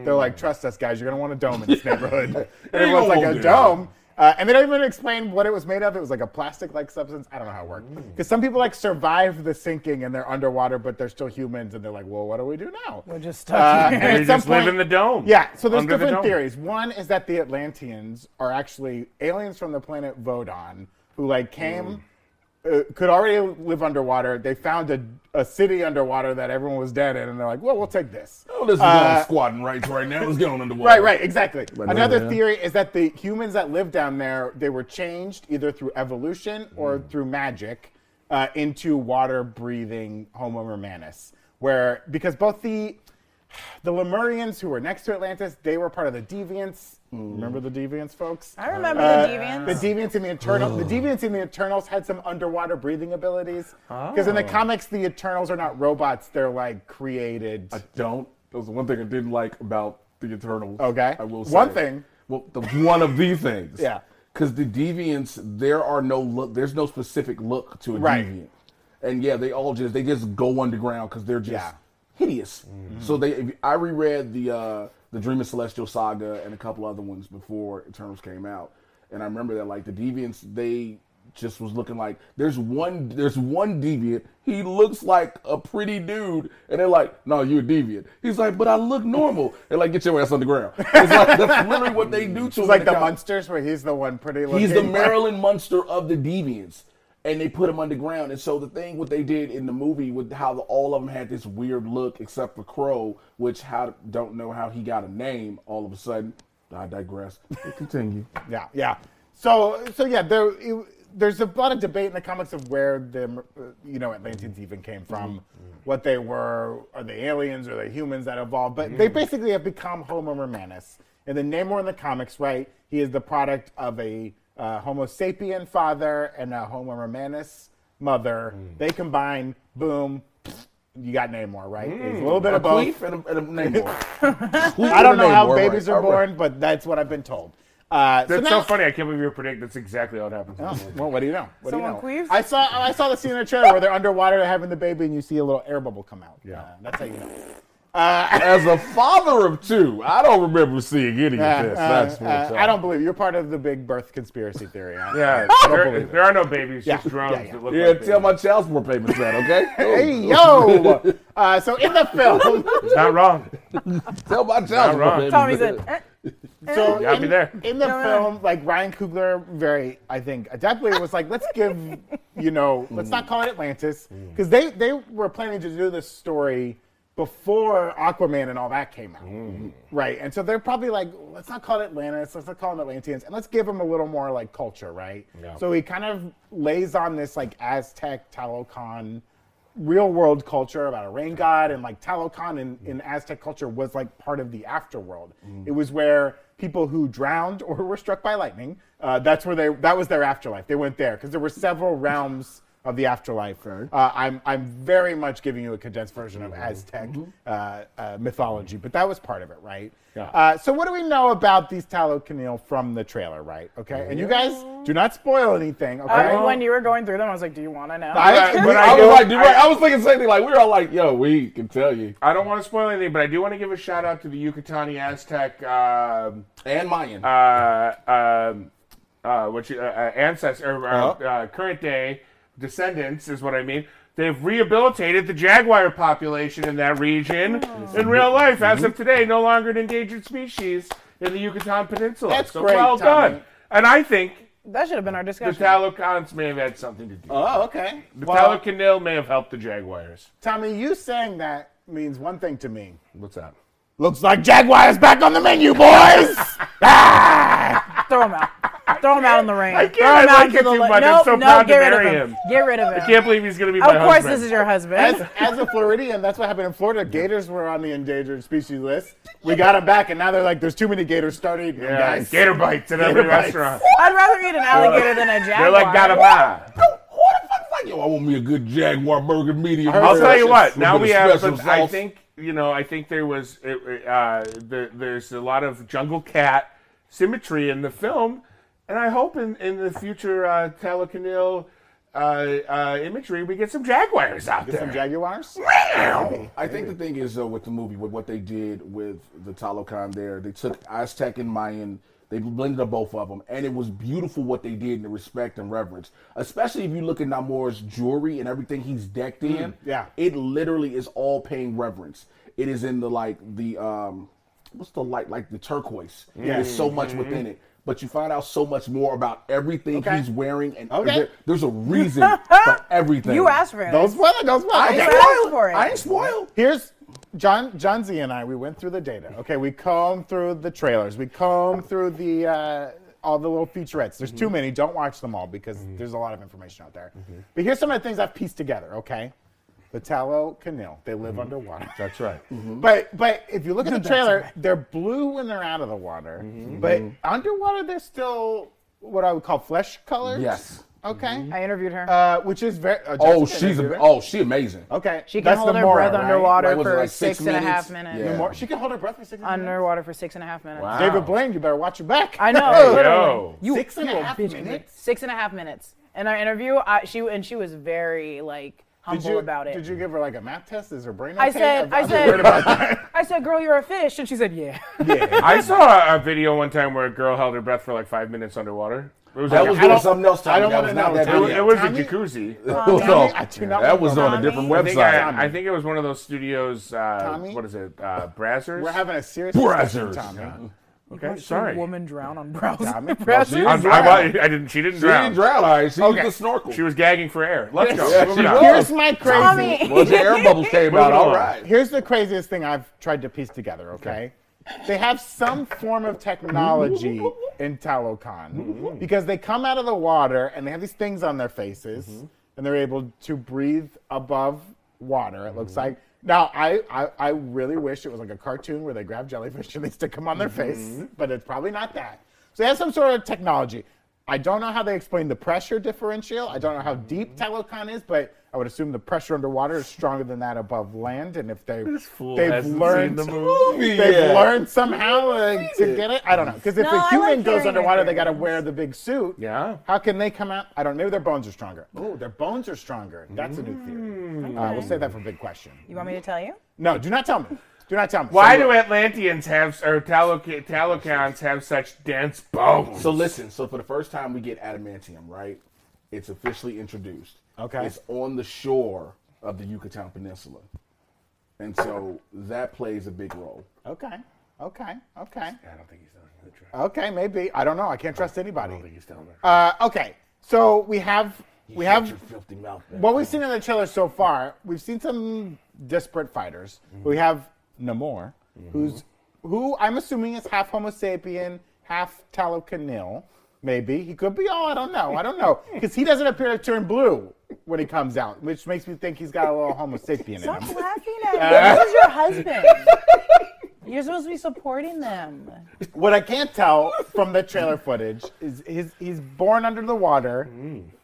Speaker 5: They're like, "Trust us, guys. You're going to want a dome in this neighborhood." and it was like a
Speaker 3: dude.
Speaker 5: dome, uh, and they don't even explain what it was made of. It was like a plastic-like substance. I don't know how it worked. Because some people like survive the sinking and they're underwater, but they're still humans, and they're like, "Well, what do we do now?"
Speaker 2: We're just stuck
Speaker 5: Uh,
Speaker 2: here.
Speaker 1: And
Speaker 5: at
Speaker 1: you
Speaker 5: some
Speaker 1: just live in the dome.
Speaker 5: Yeah. So there's
Speaker 1: Under the dome.
Speaker 5: different theories. One is that the Atlanteans are actually aliens from the planet Vodon who like came.
Speaker 1: Mm.
Speaker 5: Uh, could already live underwater. They found a, a city underwater that everyone was dead in, and they're like, "Well, we'll take this."
Speaker 3: Oh, this is
Speaker 5: Uh,
Speaker 3: on squatting rights right now. Let's get on underwater.
Speaker 5: Right, right, exactly.
Speaker 3: Right,
Speaker 5: Another
Speaker 3: yeah.
Speaker 5: theory is that the humans that lived down there, they were changed either through evolution or
Speaker 3: Hmm.
Speaker 5: through magic uh, into water-breathing Homo mermanus, where because both the the Lemurians who were next to Atlantis, they were part of the Deviants.
Speaker 3: Hmm.
Speaker 5: Remember the Deviants, folks? Uh,
Speaker 2: I remember the Deviants.
Speaker 5: The Deviants and the Eternals. the
Speaker 3: Oh.
Speaker 5: Deviants and the Eternals had some underwater breathing abilities. Because in
Speaker 3: Oh.
Speaker 5: the comics, the Eternals are not robots; they're like created.
Speaker 3: I don't. That was the one thing I didn't like about the Eternals.
Speaker 5: Okay.
Speaker 3: I will say.
Speaker 5: One thing.
Speaker 3: Well, the, one of the things.
Speaker 5: Yeah.
Speaker 3: Because the deviants, there are no look. There's no specific look to a
Speaker 5: Right.
Speaker 3: deviant. And yeah, they all just they just go underground because they're just
Speaker 5: Yeah.
Speaker 3: hideous. So they, I reread the uh, the Dream of Celestial Saga and a couple other ones before Eternals came out, and I remember that like the deviants, they just was looking like there's one there's one deviant. He looks like a pretty dude, and they're like, "No, you're a deviant." He's like, "But I look normal." And like, get your ass on the ground. It's like that's literally what they do to him.
Speaker 5: It's like
Speaker 3: in
Speaker 5: the
Speaker 3: comic.
Speaker 5: Munsters, where he's the one pretty. Looking
Speaker 3: He's the Maryland Munster of the Deviants. And they put him underground. And so the thing what they did in the movie with how the, all of them had this weird look, except for Crow, which how don't know how he got a name all of a sudden. I digress. Continue.
Speaker 5: Yeah, yeah. So, so yeah, there, it, there's a lot of debate in the comics of where the, uh, you know, Atlanteans even came from, what they were, are they aliens, are they humans that evolved? But they basically have become Homo Romanus. And then Namor in the comics, right? He is the product of a uh, Homo sapien father and a Homo Romanus mother. They combine, boom, you got Namor, right? It's a little bit
Speaker 3: A
Speaker 5: of both.
Speaker 3: queef and a, and a name board. Queef
Speaker 5: I don't
Speaker 3: and
Speaker 5: know
Speaker 3: a name
Speaker 5: how
Speaker 3: board,
Speaker 5: babies
Speaker 3: right.
Speaker 5: are
Speaker 3: All right.
Speaker 5: born, but that's what I've been told. Uh,
Speaker 1: That's so
Speaker 5: now-
Speaker 1: funny. I can't believe you predict that's exactly how it happens.
Speaker 5: Oh, well, what do you know? What
Speaker 2: Someone
Speaker 5: do you know?
Speaker 2: queefs?
Speaker 5: I saw I saw the scene in the trailer where they're underwater having the baby, and you see a little air bubble come out. Yeah, that's how you know.
Speaker 3: As a father of two, I don't remember seeing any
Speaker 5: Uh,
Speaker 3: of this.
Speaker 5: uh,
Speaker 3: That's
Speaker 5: uh,
Speaker 3: what I'm-
Speaker 5: I don't believe you're part of the big birth conspiracy theory. I-
Speaker 1: Yeah,
Speaker 5: I don't
Speaker 1: there,
Speaker 5: believe
Speaker 1: there
Speaker 5: it.
Speaker 1: are no babies,
Speaker 5: Yeah,
Speaker 1: just drones
Speaker 5: yeah, yeah.
Speaker 1: that look
Speaker 3: Yeah,
Speaker 1: like
Speaker 3: tell
Speaker 1: babies.
Speaker 3: my child support payments that, okay?
Speaker 5: Hey yo! Uh, so in the film,
Speaker 1: It's not wrong.
Speaker 3: Tell my child support
Speaker 1: wrong.
Speaker 3: payments.
Speaker 2: Tommy said, eh,
Speaker 5: so
Speaker 1: gotta
Speaker 5: in,
Speaker 1: be there.
Speaker 5: Oh, in the
Speaker 2: No, no.
Speaker 5: film, like Ryan Coogler, very I think adeptly was like, let's give you know, let's not call it Atlantis
Speaker 1: Mm.
Speaker 5: because they they were planning to do this story before Aquaman and all that came out,
Speaker 1: Mm.
Speaker 5: right? And so they're probably like, let's not call it Atlantis, let's not call it Atlanteans, and let's give them a little more like culture, right?
Speaker 1: Yeah.
Speaker 5: So he kind of lays on this like Aztec Talocan real world culture about a rain god and like Talocan in, in Aztec culture was like part of the afterworld. It was where people who drowned or were struck by lightning, uh, that's where they that was their afterlife. They went there because there were several realms of the afterlife. Uh, I'm I'm very much giving you a condensed version of Aztec uh, uh, mythology, but that was part of it, right?
Speaker 1: Yeah.
Speaker 5: Uh, so what do we know about these Talocanil from the trailer, right? Okay, and you guys do not spoil anything. Okay.
Speaker 2: uh, when you were going through them, I was like, do you want to know?
Speaker 5: I-
Speaker 1: But
Speaker 3: But
Speaker 1: I
Speaker 3: I, was
Speaker 1: don't-
Speaker 3: like, dude,
Speaker 1: I-
Speaker 3: right, I was thinking the same thing. Like, we were all like, yo, we can tell you.
Speaker 1: I don't want to spoil anything, but I do want to give a shout out to the Yucatani Aztec um,
Speaker 3: And Mayan.
Speaker 1: uh, um, uh, which uh, uh, ancestor, or, uh,
Speaker 5: Uh-huh.
Speaker 1: uh, current day descendants is what I mean. They've rehabilitated the jaguar population in that region
Speaker 5: Oh.
Speaker 1: in real life as
Speaker 5: Mm-hmm.
Speaker 1: of today, no longer an endangered species in the Yucatan Peninsula.
Speaker 5: That's
Speaker 1: so
Speaker 5: great,
Speaker 1: well
Speaker 5: Tommy.
Speaker 1: done. And I think
Speaker 2: That should have been our
Speaker 1: the
Speaker 2: discussion.
Speaker 1: Talocans may have had something to do.
Speaker 5: Oh, okay.
Speaker 1: the
Speaker 5: Well,
Speaker 1: Talocanil may have helped the jaguars.
Speaker 5: Tommy, you saying that means one thing to me.
Speaker 1: What's that?
Speaker 5: Looks like Jaguar's back on the menu, boys.
Speaker 2: Throw him out. Throw him out in the rain.
Speaker 1: I can't.
Speaker 2: Throw him
Speaker 1: I
Speaker 2: out
Speaker 1: like
Speaker 2: into
Speaker 1: it too
Speaker 2: the li-
Speaker 1: much. I'm
Speaker 2: Nope,
Speaker 1: so
Speaker 2: nope,
Speaker 1: proud to
Speaker 2: get rid
Speaker 1: marry
Speaker 2: of him.
Speaker 1: him.
Speaker 2: Get rid of him.
Speaker 1: I can't believe he's going to be my
Speaker 2: Of course,
Speaker 1: husband.
Speaker 2: this is your husband.
Speaker 5: as, as a Floridian, that's what happened in Florida. Gators were on the endangered species list. We got them back, and now they're like, "There's too many gators. Start eating them,
Speaker 1: yeah,
Speaker 5: guys."
Speaker 1: gator bites at every
Speaker 5: Gator bites.
Speaker 1: restaurant.
Speaker 2: I'd rather eat an alligator than a jaguar.
Speaker 1: They're like Gadabah.
Speaker 3: Oh, what the fuck? Like, yo, I want me a good Jaguar burger medium.
Speaker 5: I'll
Speaker 1: I'll
Speaker 3: rare.
Speaker 1: tell you what.
Speaker 3: With
Speaker 1: Now
Speaker 3: a
Speaker 1: we
Speaker 3: bit of
Speaker 1: have.
Speaker 3: special
Speaker 1: but I
Speaker 3: sauce.
Speaker 1: think you know. I think there was. It, it, uh, the, there's a lot of jungle cat symmetry in the film, and I hope in in the future uh, Talacanil uh, uh, imagery we get some jaguars out
Speaker 5: Some
Speaker 1: there.
Speaker 5: jaguars.
Speaker 3: I think the thing is though with the movie, with what they did with the Talocan there, they took Aztec and Mayan, they blended up both of them, and it was beautiful what they did in the respect and reverence. Especially if you look at Namor's jewelry and everything he's decked in.
Speaker 5: Mm, yeah.
Speaker 3: It literally is all paying reverence. It is in the like the um what's the light like the turquoise. There's so much within it. But you find out so much more about everything
Speaker 5: Mm-hmm. Okay.
Speaker 3: he's wearing and
Speaker 5: Okay.
Speaker 3: there- there's a reason for everything.
Speaker 2: You asked for it.
Speaker 5: Those weather, those weather.
Speaker 3: I ain't
Speaker 2: asked
Speaker 3: spoiled.
Speaker 2: for it.
Speaker 3: I ain't spoiled.
Speaker 5: Here's John John Z and I. We went through the data. Okay, we combed through the trailers. We combed through the uh, all the little featurettes. There's
Speaker 3: Mm-hmm.
Speaker 5: too many. Don't watch them all because there's a lot of information out there. But here's some of the things I've pieced together. Okay, the tallow canil. They
Speaker 3: Mm-hmm.
Speaker 5: live underwater.
Speaker 1: That's right.
Speaker 5: But but if you look at the trailer, they're blue when they're out of the water.
Speaker 3: Mm-hmm.
Speaker 5: But underwater, they're still what I would call flesh colors.
Speaker 3: Yes. Mm-hmm.
Speaker 5: Okay.
Speaker 2: I interviewed her.
Speaker 5: Uh, which is very. uh,
Speaker 3: Oh,
Speaker 5: Jessica
Speaker 3: she's
Speaker 5: did
Speaker 3: a,
Speaker 5: it.
Speaker 3: oh, she amazing.
Speaker 5: Okay.
Speaker 2: she can
Speaker 5: that's
Speaker 2: hold
Speaker 5: the
Speaker 2: her
Speaker 5: Mora,
Speaker 2: breath
Speaker 5: right?
Speaker 2: underwater
Speaker 3: Right, was it
Speaker 2: for
Speaker 3: like
Speaker 2: six
Speaker 3: six
Speaker 2: and a half
Speaker 3: minutes?
Speaker 2: minutes.
Speaker 3: Yeah.
Speaker 5: Mora- She can hold her breath for six. minutes?
Speaker 2: Underwater for six and a half minutes.
Speaker 1: Wow.
Speaker 5: David Blaine, you better watch your back.
Speaker 2: I know.
Speaker 1: Hey,
Speaker 2: literally.
Speaker 1: yo.
Speaker 2: You
Speaker 5: Six and a
Speaker 2: little
Speaker 5: half
Speaker 2: bitch.
Speaker 5: minutes?
Speaker 2: Six and a half minutes. In our interview, I, she and she was very like
Speaker 5: Did
Speaker 2: humble
Speaker 5: you,
Speaker 2: about it.
Speaker 5: Did you give her like a math test? Is her brain?
Speaker 2: I
Speaker 5: okay?
Speaker 2: said, I
Speaker 5: I'm worried about
Speaker 2: said,
Speaker 5: that.
Speaker 2: I said, girl, you're a fish, and she said, yeah.
Speaker 1: I saw a- a video one time where a girl held her breath for like five minutes underwater. It was,
Speaker 3: That
Speaker 1: like,
Speaker 3: was
Speaker 1: it
Speaker 3: doing
Speaker 5: don't-
Speaker 3: something else. Tommy.
Speaker 5: I don't
Speaker 3: that
Speaker 5: wanna
Speaker 3: was not
Speaker 5: know,
Speaker 3: that
Speaker 5: Tommy.
Speaker 1: was,
Speaker 3: video.
Speaker 1: it was a
Speaker 5: Tommy-
Speaker 1: jacuzzi.
Speaker 3: No,
Speaker 5: I do not
Speaker 3: that
Speaker 5: wanna
Speaker 3: was
Speaker 5: know.
Speaker 3: on a different
Speaker 1: I think, I, I
Speaker 3: website.
Speaker 1: think it was one of those studios. Uh,
Speaker 5: Tommy?
Speaker 1: What is it? Uh, Brazzers.
Speaker 5: We're having a serious discussion,
Speaker 3: Brazzers.
Speaker 5: Tommy.
Speaker 1: okay, sorry.
Speaker 2: A woman drown on browsers.
Speaker 5: Tommy?
Speaker 2: browsers?
Speaker 3: No,
Speaker 1: I'm- I, I didn't. She didn't
Speaker 3: She didn't
Speaker 1: drown.
Speaker 3: drown. All right, she
Speaker 5: Okay.
Speaker 3: used a snorkel.
Speaker 1: She was gagging for air. Let's go.
Speaker 3: Yeah,
Speaker 1: Moving
Speaker 3: she
Speaker 1: on.
Speaker 3: was.
Speaker 5: Here's my crazy.
Speaker 2: Tommy.
Speaker 3: well, the air bubbles came out.
Speaker 1: Moving
Speaker 3: All
Speaker 1: on.
Speaker 3: right.
Speaker 5: Here's the craziest thing I've tried to piece together, okay? They have some form of technology in
Speaker 1: Mm-hmm.
Speaker 5: Talokan because they come out of the water and they have these things on their faces
Speaker 1: Mm-hmm.
Speaker 5: and they're able to breathe above water, it
Speaker 1: Mm-hmm.
Speaker 5: looks like. Now, I, I, I really wish it was like a cartoon where they grab jellyfish and they stick them on their
Speaker 1: Mm-hmm.
Speaker 5: face, but it's probably not that. So they have some sort of technology. I don't know how they explain the pressure differential. I don't know how deep
Speaker 1: Mm-hmm.
Speaker 5: Telecon is, but I would assume the pressure underwater is stronger than that above land. And if they
Speaker 1: fool
Speaker 5: they've
Speaker 1: hasn't
Speaker 5: learned
Speaker 1: seen the movie
Speaker 5: they've
Speaker 3: yet.
Speaker 5: learned somehow uh, to get it, I don't know. Because if
Speaker 2: No,
Speaker 5: a
Speaker 2: I
Speaker 5: human
Speaker 2: like
Speaker 5: goes
Speaker 2: hearing
Speaker 5: underwater,
Speaker 2: your
Speaker 5: they got to
Speaker 2: theories.
Speaker 5: wear the big suit.
Speaker 1: Yeah.
Speaker 5: How can they come out? I don't. know. Maybe their bones are stronger. Oh, their bones are stronger. That's a new theory.
Speaker 1: Mm.
Speaker 5: Uh, we'll save that for big question.
Speaker 2: You want me to tell you?
Speaker 5: No, do not tell me. Do not tell me.
Speaker 1: Why
Speaker 5: So-
Speaker 1: do Atlanteans have or Taloc- Talocans have such dense bones?
Speaker 3: So listen. So for the first time, we get adamantium. Right. It's officially introduced.
Speaker 5: Okay.
Speaker 3: It's on the shore of the Yucatan Peninsula, and so that plays a big role.
Speaker 5: Okay. Okay. Okay.
Speaker 1: I don't think he's telling the truth.
Speaker 5: Okay. Maybe. I don't know. I can't trust anybody.
Speaker 1: He's telling the truth.
Speaker 5: Uh, okay, so we have we
Speaker 3: Shut your
Speaker 5: have
Speaker 3: filthy mouth. man.
Speaker 5: what we've seen in the trailer so far. We've seen some disparate fighters.
Speaker 1: Mm-hmm.
Speaker 5: We have Namor, who's who I'm assuming is half Homo sapien, half Talocanil. Maybe he could be all. I don't know. I don't know because he doesn't appear to turn blue when he comes out, which makes me think he's got a little Homo sapien in
Speaker 2: Stop
Speaker 5: him.
Speaker 2: laughing at him. This is your husband. You're supposed to be supporting them.
Speaker 5: What I can't tell from the trailer footage is he's, he's born under the water,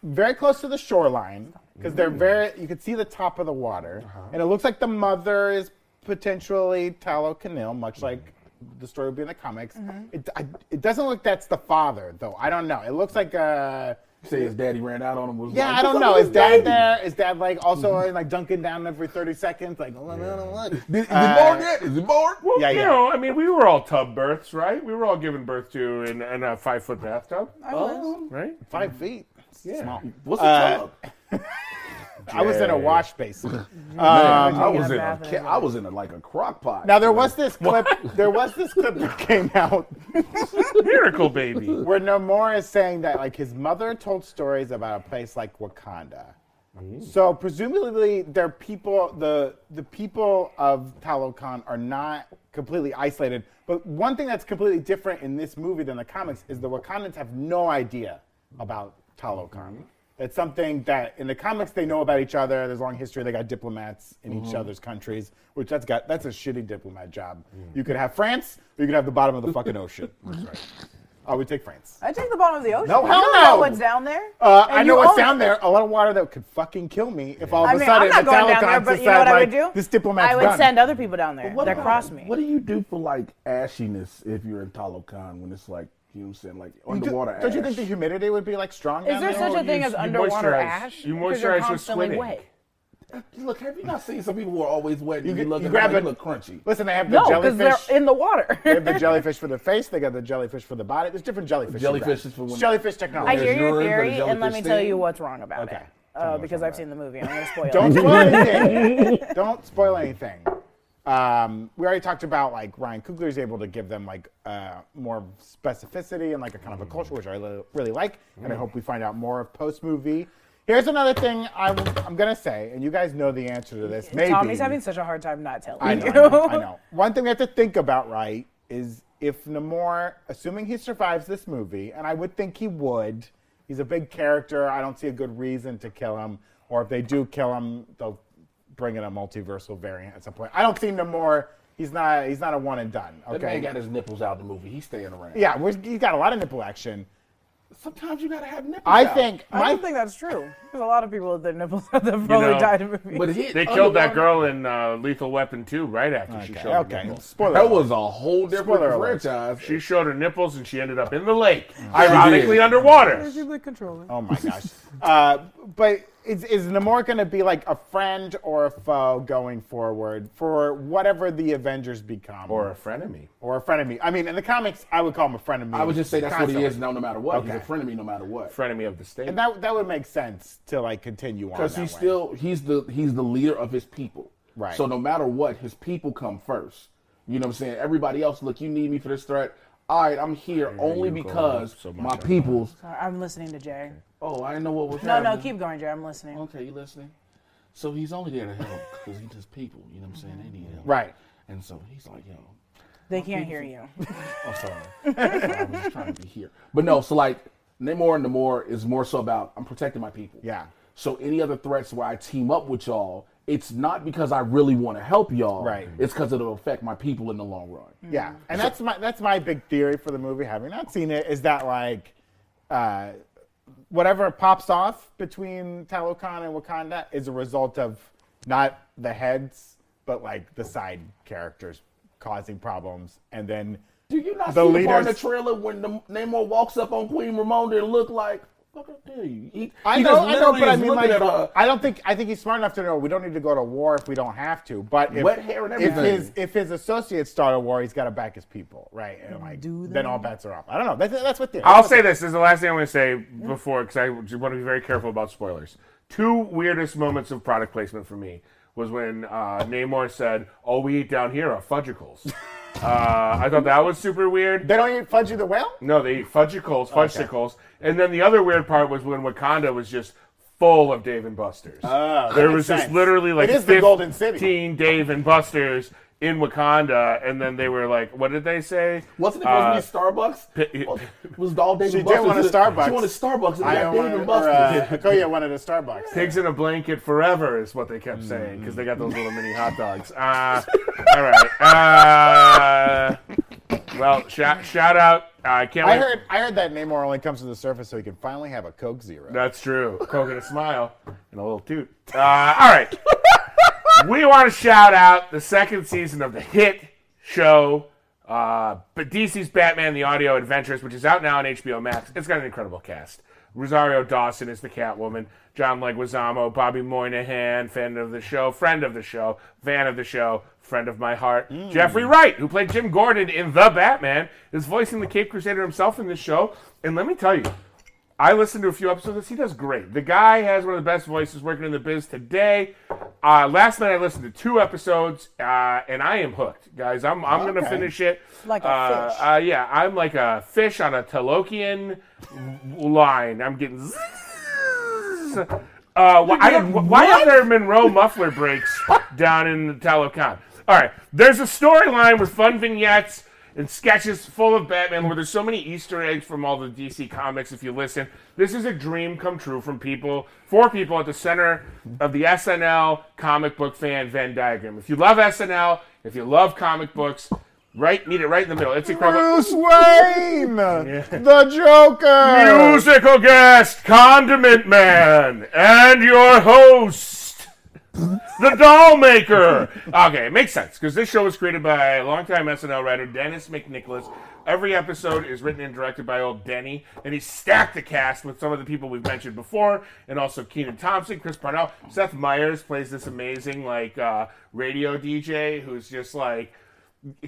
Speaker 5: very close to the shoreline, because they're very, you can see the top of the water. And it looks like the mother is potentially Talo Canil, much like the story would be in the comics. It, I, it doesn't look that's the father, though. I don't know. It looks like a
Speaker 3: Say his daddy ran out on him. Was
Speaker 5: Yeah,
Speaker 3: like,
Speaker 5: I don't
Speaker 3: "Look
Speaker 5: know.
Speaker 3: at
Speaker 5: Is
Speaker 3: this
Speaker 5: dad
Speaker 3: baby."
Speaker 5: there? Is dad like also like dunking down every thirty seconds? Like, oh, no, no, look.
Speaker 3: Is, is
Speaker 5: Uh,
Speaker 3: it bored yet? Is it bored?
Speaker 1: Well,
Speaker 5: Yeah,
Speaker 1: you
Speaker 5: yeah.
Speaker 1: know, I mean, we were all tub births, right? We were all given birth to in, in a five foot bathtub,
Speaker 2: I Oh. was.
Speaker 1: right?
Speaker 5: Five feet. Yeah. Small.
Speaker 3: What's the
Speaker 5: Uh,
Speaker 3: tub?
Speaker 5: I was in a wash Um, basin.
Speaker 3: Man, I
Speaker 2: taking
Speaker 3: was
Speaker 2: a
Speaker 3: in a
Speaker 2: bath in
Speaker 3: ca-
Speaker 2: a
Speaker 3: I was in a, like a crock pot.
Speaker 5: Now there was this clip. There was this clip that came out
Speaker 1: Miracle baby.
Speaker 5: where Nomura is saying that like his mother told stories about a place like Wakanda. So presumably, their people, the the people of Talokan, are not completely isolated. But one thing that's completely different in this movie than the comics is the Wakandans have no idea about Talokan. It's something that in the comics they know about each other. There's a long history. They got diplomats in each other's countries, which that's got that's a shitty diplomat job. You could have France, or you could have the bottom of the fucking ocean. I would take France.
Speaker 2: I take the bottom of the ocean.
Speaker 5: No,
Speaker 2: You
Speaker 5: hell
Speaker 2: don't know
Speaker 5: no.
Speaker 2: what's down there.
Speaker 5: Uh, I
Speaker 2: And
Speaker 5: know
Speaker 2: you
Speaker 5: what's
Speaker 2: own
Speaker 5: down
Speaker 2: it.
Speaker 5: there. A lot of water that could fucking kill me if all of
Speaker 2: I
Speaker 5: a
Speaker 2: mean,
Speaker 5: sudden
Speaker 2: I'm not going down there,
Speaker 5: Metallicon
Speaker 2: but you know
Speaker 5: decide,
Speaker 2: what I
Speaker 5: like,
Speaker 2: would do?
Speaker 5: This diplomat's
Speaker 2: I would
Speaker 5: done.
Speaker 2: send other people down there
Speaker 3: What
Speaker 2: that
Speaker 3: about-
Speaker 2: cross me.
Speaker 3: What do you do for like ashiness if you're in Talokan when it's like you know what I'm saying, like
Speaker 5: You do-
Speaker 3: underwater
Speaker 5: Don't you
Speaker 3: ash?
Speaker 5: think the humidity would be like strong?
Speaker 2: Is
Speaker 5: down
Speaker 2: there such
Speaker 1: No,
Speaker 2: a thing
Speaker 1: you-
Speaker 2: as
Speaker 1: you
Speaker 2: underwater
Speaker 1: moisturize-
Speaker 2: ash?
Speaker 1: you
Speaker 2: Because you're
Speaker 1: moisturize with
Speaker 2: constantly
Speaker 1: squinting.
Speaker 2: wet.
Speaker 3: Look, have you not seen some people who are always wet?
Speaker 5: You
Speaker 3: You,
Speaker 5: get-
Speaker 3: you look
Speaker 5: you
Speaker 3: at
Speaker 5: grab
Speaker 3: them, like,
Speaker 5: it-
Speaker 3: you look crunchy.
Speaker 5: Listen, they have the
Speaker 2: No, because
Speaker 5: jellyfish.
Speaker 2: they're in the water.
Speaker 5: they have the jellyfish for the face. They got the jellyfish for the body. There's different jellyfish.
Speaker 3: Jellyfish is for when-
Speaker 5: jellyfish
Speaker 2: I
Speaker 5: technology.
Speaker 2: hear
Speaker 3: There's
Speaker 2: your
Speaker 3: urine,
Speaker 2: theory,
Speaker 3: there's
Speaker 2: and let me
Speaker 3: jellyfish
Speaker 2: tell
Speaker 3: thing.
Speaker 2: you what's wrong about
Speaker 5: Okay.
Speaker 2: it. Uh, because I've seen the movie. and I'm going to spoil
Speaker 5: Don't
Speaker 2: it.
Speaker 5: spoil anything. Don't spoil anything. Um, we already talked about like Ryan Coogler's able to give them like uh, more specificity and like a kind
Speaker 2: Mm.
Speaker 5: of a culture, which I li- really like, and I hope we find out more of post movie. Here's another thing I'm, I'm gonna say, and you guys know the answer to this. Maybe
Speaker 2: Tommy's having such a hard time not telling
Speaker 5: I
Speaker 2: you.
Speaker 5: know, I know, I know. One thing we have to think about, right, is if Namor, assuming he survives this movie, and I would think he would, he's a big character. I don't see a good reason to kill him. Or if they do kill him, they'll bring in a multiversal variant at some point. I don't see Namor. He's not. He's not a one and done.
Speaker 3: That man got
Speaker 5: Okay.
Speaker 3: his nipples out in the movie. He's staying around.
Speaker 5: Yeah, we're, he's got a lot of nipple action.
Speaker 3: Sometimes you gotta have nipples.
Speaker 5: I
Speaker 3: out.
Speaker 5: think.
Speaker 2: I
Speaker 5: My,
Speaker 2: don't think that's true. There's a lot of people with their nipples that have probably
Speaker 1: know,
Speaker 2: died in movies.
Speaker 3: But he,
Speaker 1: They killed that
Speaker 3: underwater-
Speaker 1: girl in uh, Lethal Weapon 2 right after she showed
Speaker 5: okay.
Speaker 1: her
Speaker 5: okay.
Speaker 1: nipples.
Speaker 5: Spoiler.
Speaker 3: That
Speaker 5: alert.
Speaker 3: was a whole different
Speaker 5: Spoiler alert.
Speaker 3: franchise.
Speaker 1: She showed her nipples and she ended up in the lake, ironically underwater.
Speaker 2: People that control it.
Speaker 5: Oh my gosh. uh, but is, is Namor going to be like a friend or a foe going forward for whatever the Avengers become?
Speaker 3: or a frenemy.
Speaker 5: or a frenemy. I mean, in the comics, I would call him a frenemy.
Speaker 3: I would just say that's
Speaker 5: constantly.
Speaker 3: what he is now, no matter what. He's a
Speaker 5: Okay.
Speaker 3: frenemy no matter what.
Speaker 1: Frenemy of the state.
Speaker 5: And that, that would make sense to like continue on.
Speaker 3: Because
Speaker 5: that
Speaker 3: he's
Speaker 5: way.
Speaker 3: still he's the he's the leader of his people.
Speaker 5: Right.
Speaker 3: So no matter what, his people come first. You know what I'm saying? Everybody else, "Ah, look, you need me for this threat. All right, I'm here only because my people's.
Speaker 2: I'm listening to Jay.
Speaker 3: Oh, I didn't know what was
Speaker 2: No, no,
Speaker 3: happening. Oh,
Speaker 2: keep going, Jay. I'm listening.
Speaker 3: Okay, you listening? So he's only there to help because he's his people. You know what I'm saying? They need help.
Speaker 5: Right.
Speaker 3: And so he's like, yo,
Speaker 2: They can't hear you.
Speaker 3: I'm sorry. I was just trying to be here. But no, so like Namor and Namor is more so about I'm protecting my people.
Speaker 5: Yeah.
Speaker 3: So any other threats where I team up with y'all, it's not because I really want to help y'all.
Speaker 5: Right. Hmm.
Speaker 3: It's because it'll affect my people in the long run.
Speaker 5: Yeah, and that's my that's my big theory for the movie, having not seen it, is that like, uh, whatever pops off between Talokan and Wakanda is a result of not the heads, but like the side characters causing problems, and then
Speaker 3: Do you not
Speaker 5: The
Speaker 3: see the part in the
Speaker 5: leaders-
Speaker 3: trailer when the, Namor walks up on Queen Ramonda and look like, what do you? He,
Speaker 5: I
Speaker 3: he
Speaker 5: know,
Speaker 3: just
Speaker 5: I know,
Speaker 3: literally
Speaker 5: but I
Speaker 3: is
Speaker 5: mean,
Speaker 3: looking
Speaker 5: like,
Speaker 3: at her.
Speaker 5: I don't think I think he's smart enough to know we don't need to go to war if we don't have to. But if,
Speaker 3: Wet hair and
Speaker 5: if
Speaker 3: everything.
Speaker 5: his if his associates start a war, he's got to back his people, right? And like, then all bets are off. I don't know. That's that's what. the-
Speaker 1: I'll
Speaker 5: that's
Speaker 1: say this. This is the last thing I'm going to say before, because I just want to be very careful about spoilers. Two weirdest moments of product placement for me was when uh, Namor said, "All we eat down here are fudgicles." uh, I thought that was super weird.
Speaker 5: They don't eat fudge the whale.
Speaker 1: No, they eat fudgicles,
Speaker 5: Oh,
Speaker 1: fudgesicles, and then the other weird part was when Wakanda was just full of Dave and Buster's.
Speaker 5: Ah, that
Speaker 1: there
Speaker 5: makes
Speaker 1: was just
Speaker 5: sense.
Speaker 1: literally like
Speaker 5: It is the Golden City.
Speaker 1: 15 Dave and Buster's in Wakanda, and then they were like, "What did they say?"
Speaker 3: Wasn't it
Speaker 1: Uh,
Speaker 3: supposed to
Speaker 1: pi-
Speaker 3: be Starbucks? Oh, Was all Dave
Speaker 5: She
Speaker 3: and
Speaker 5: did want a
Speaker 3: Buster's?
Speaker 5: Starbucks.
Speaker 3: She wanted Starbucks. And
Speaker 5: I
Speaker 3: I
Speaker 5: own
Speaker 3: Dave and
Speaker 5: one. uh,
Speaker 3: Buster's.
Speaker 5: Koya wanted a Starbucks.
Speaker 1: Pigs in a blanket forever is what they kept saying because they got those little mini hot dogs. Uh, all right. Uh, well, shout, shout out. I can't
Speaker 5: I
Speaker 1: wait.
Speaker 5: heard I heard that Namor only comes to the surface so he can finally have a Coke Zero.
Speaker 1: That's true. Coke and a smile and a little toot. Uh, all right. we want to shout out the second season of the hit show, uh, but DC's Batman: The Audio Adventures, which is out now on HBO Max. It's got an incredible cast. Rosario Dawson is the Catwoman. John Leguizamo, Bobby Moynihan, fan of the show, friend of the show, fan of the show, friend of my heart. Jeffrey Wright, who played Jim Gordon in The Batman, is voicing the Cape Crusader himself in this show. And let me tell you, I listened to a few episodes of this. He does great. The guy has one of the best voices working in the biz today. Uh, last night I listened to two episodes, uh, and I am hooked, guys. I'm, I'm going to
Speaker 5: Okay.
Speaker 1: finish it.
Speaker 2: Like a
Speaker 1: Uh,
Speaker 2: fish.
Speaker 1: Uh, yeah, I'm like a fish on a Talokian line. I'm getting. zzz. Uh, why, I don't, why are there Monroe muffler breaks down in the Talocon? All right, there's a storyline with fun vignettes and sketches full of Batman where there's so many Easter eggs from all the DC comics. If you listen, this is a dream come true from people, for people at the center of the SNL comic book fan Venn diagram. If you love SNL, if you love comic books, right, meet it right in the middle. It's incredible.
Speaker 5: Bruce Wayne, the Joker.
Speaker 1: Musical guest, Condiment Man, and your host, the Doll Maker. Okay, it makes sense because this show was created by longtime SNL writer Dennis McNicholas. Every episode is written and directed by old Denny, and he stacked the cast with some of the people we've mentioned before, and also Keenan Thompson, Chris Parnell, Seth Meyers plays this amazing like uh, radio DJ who's just like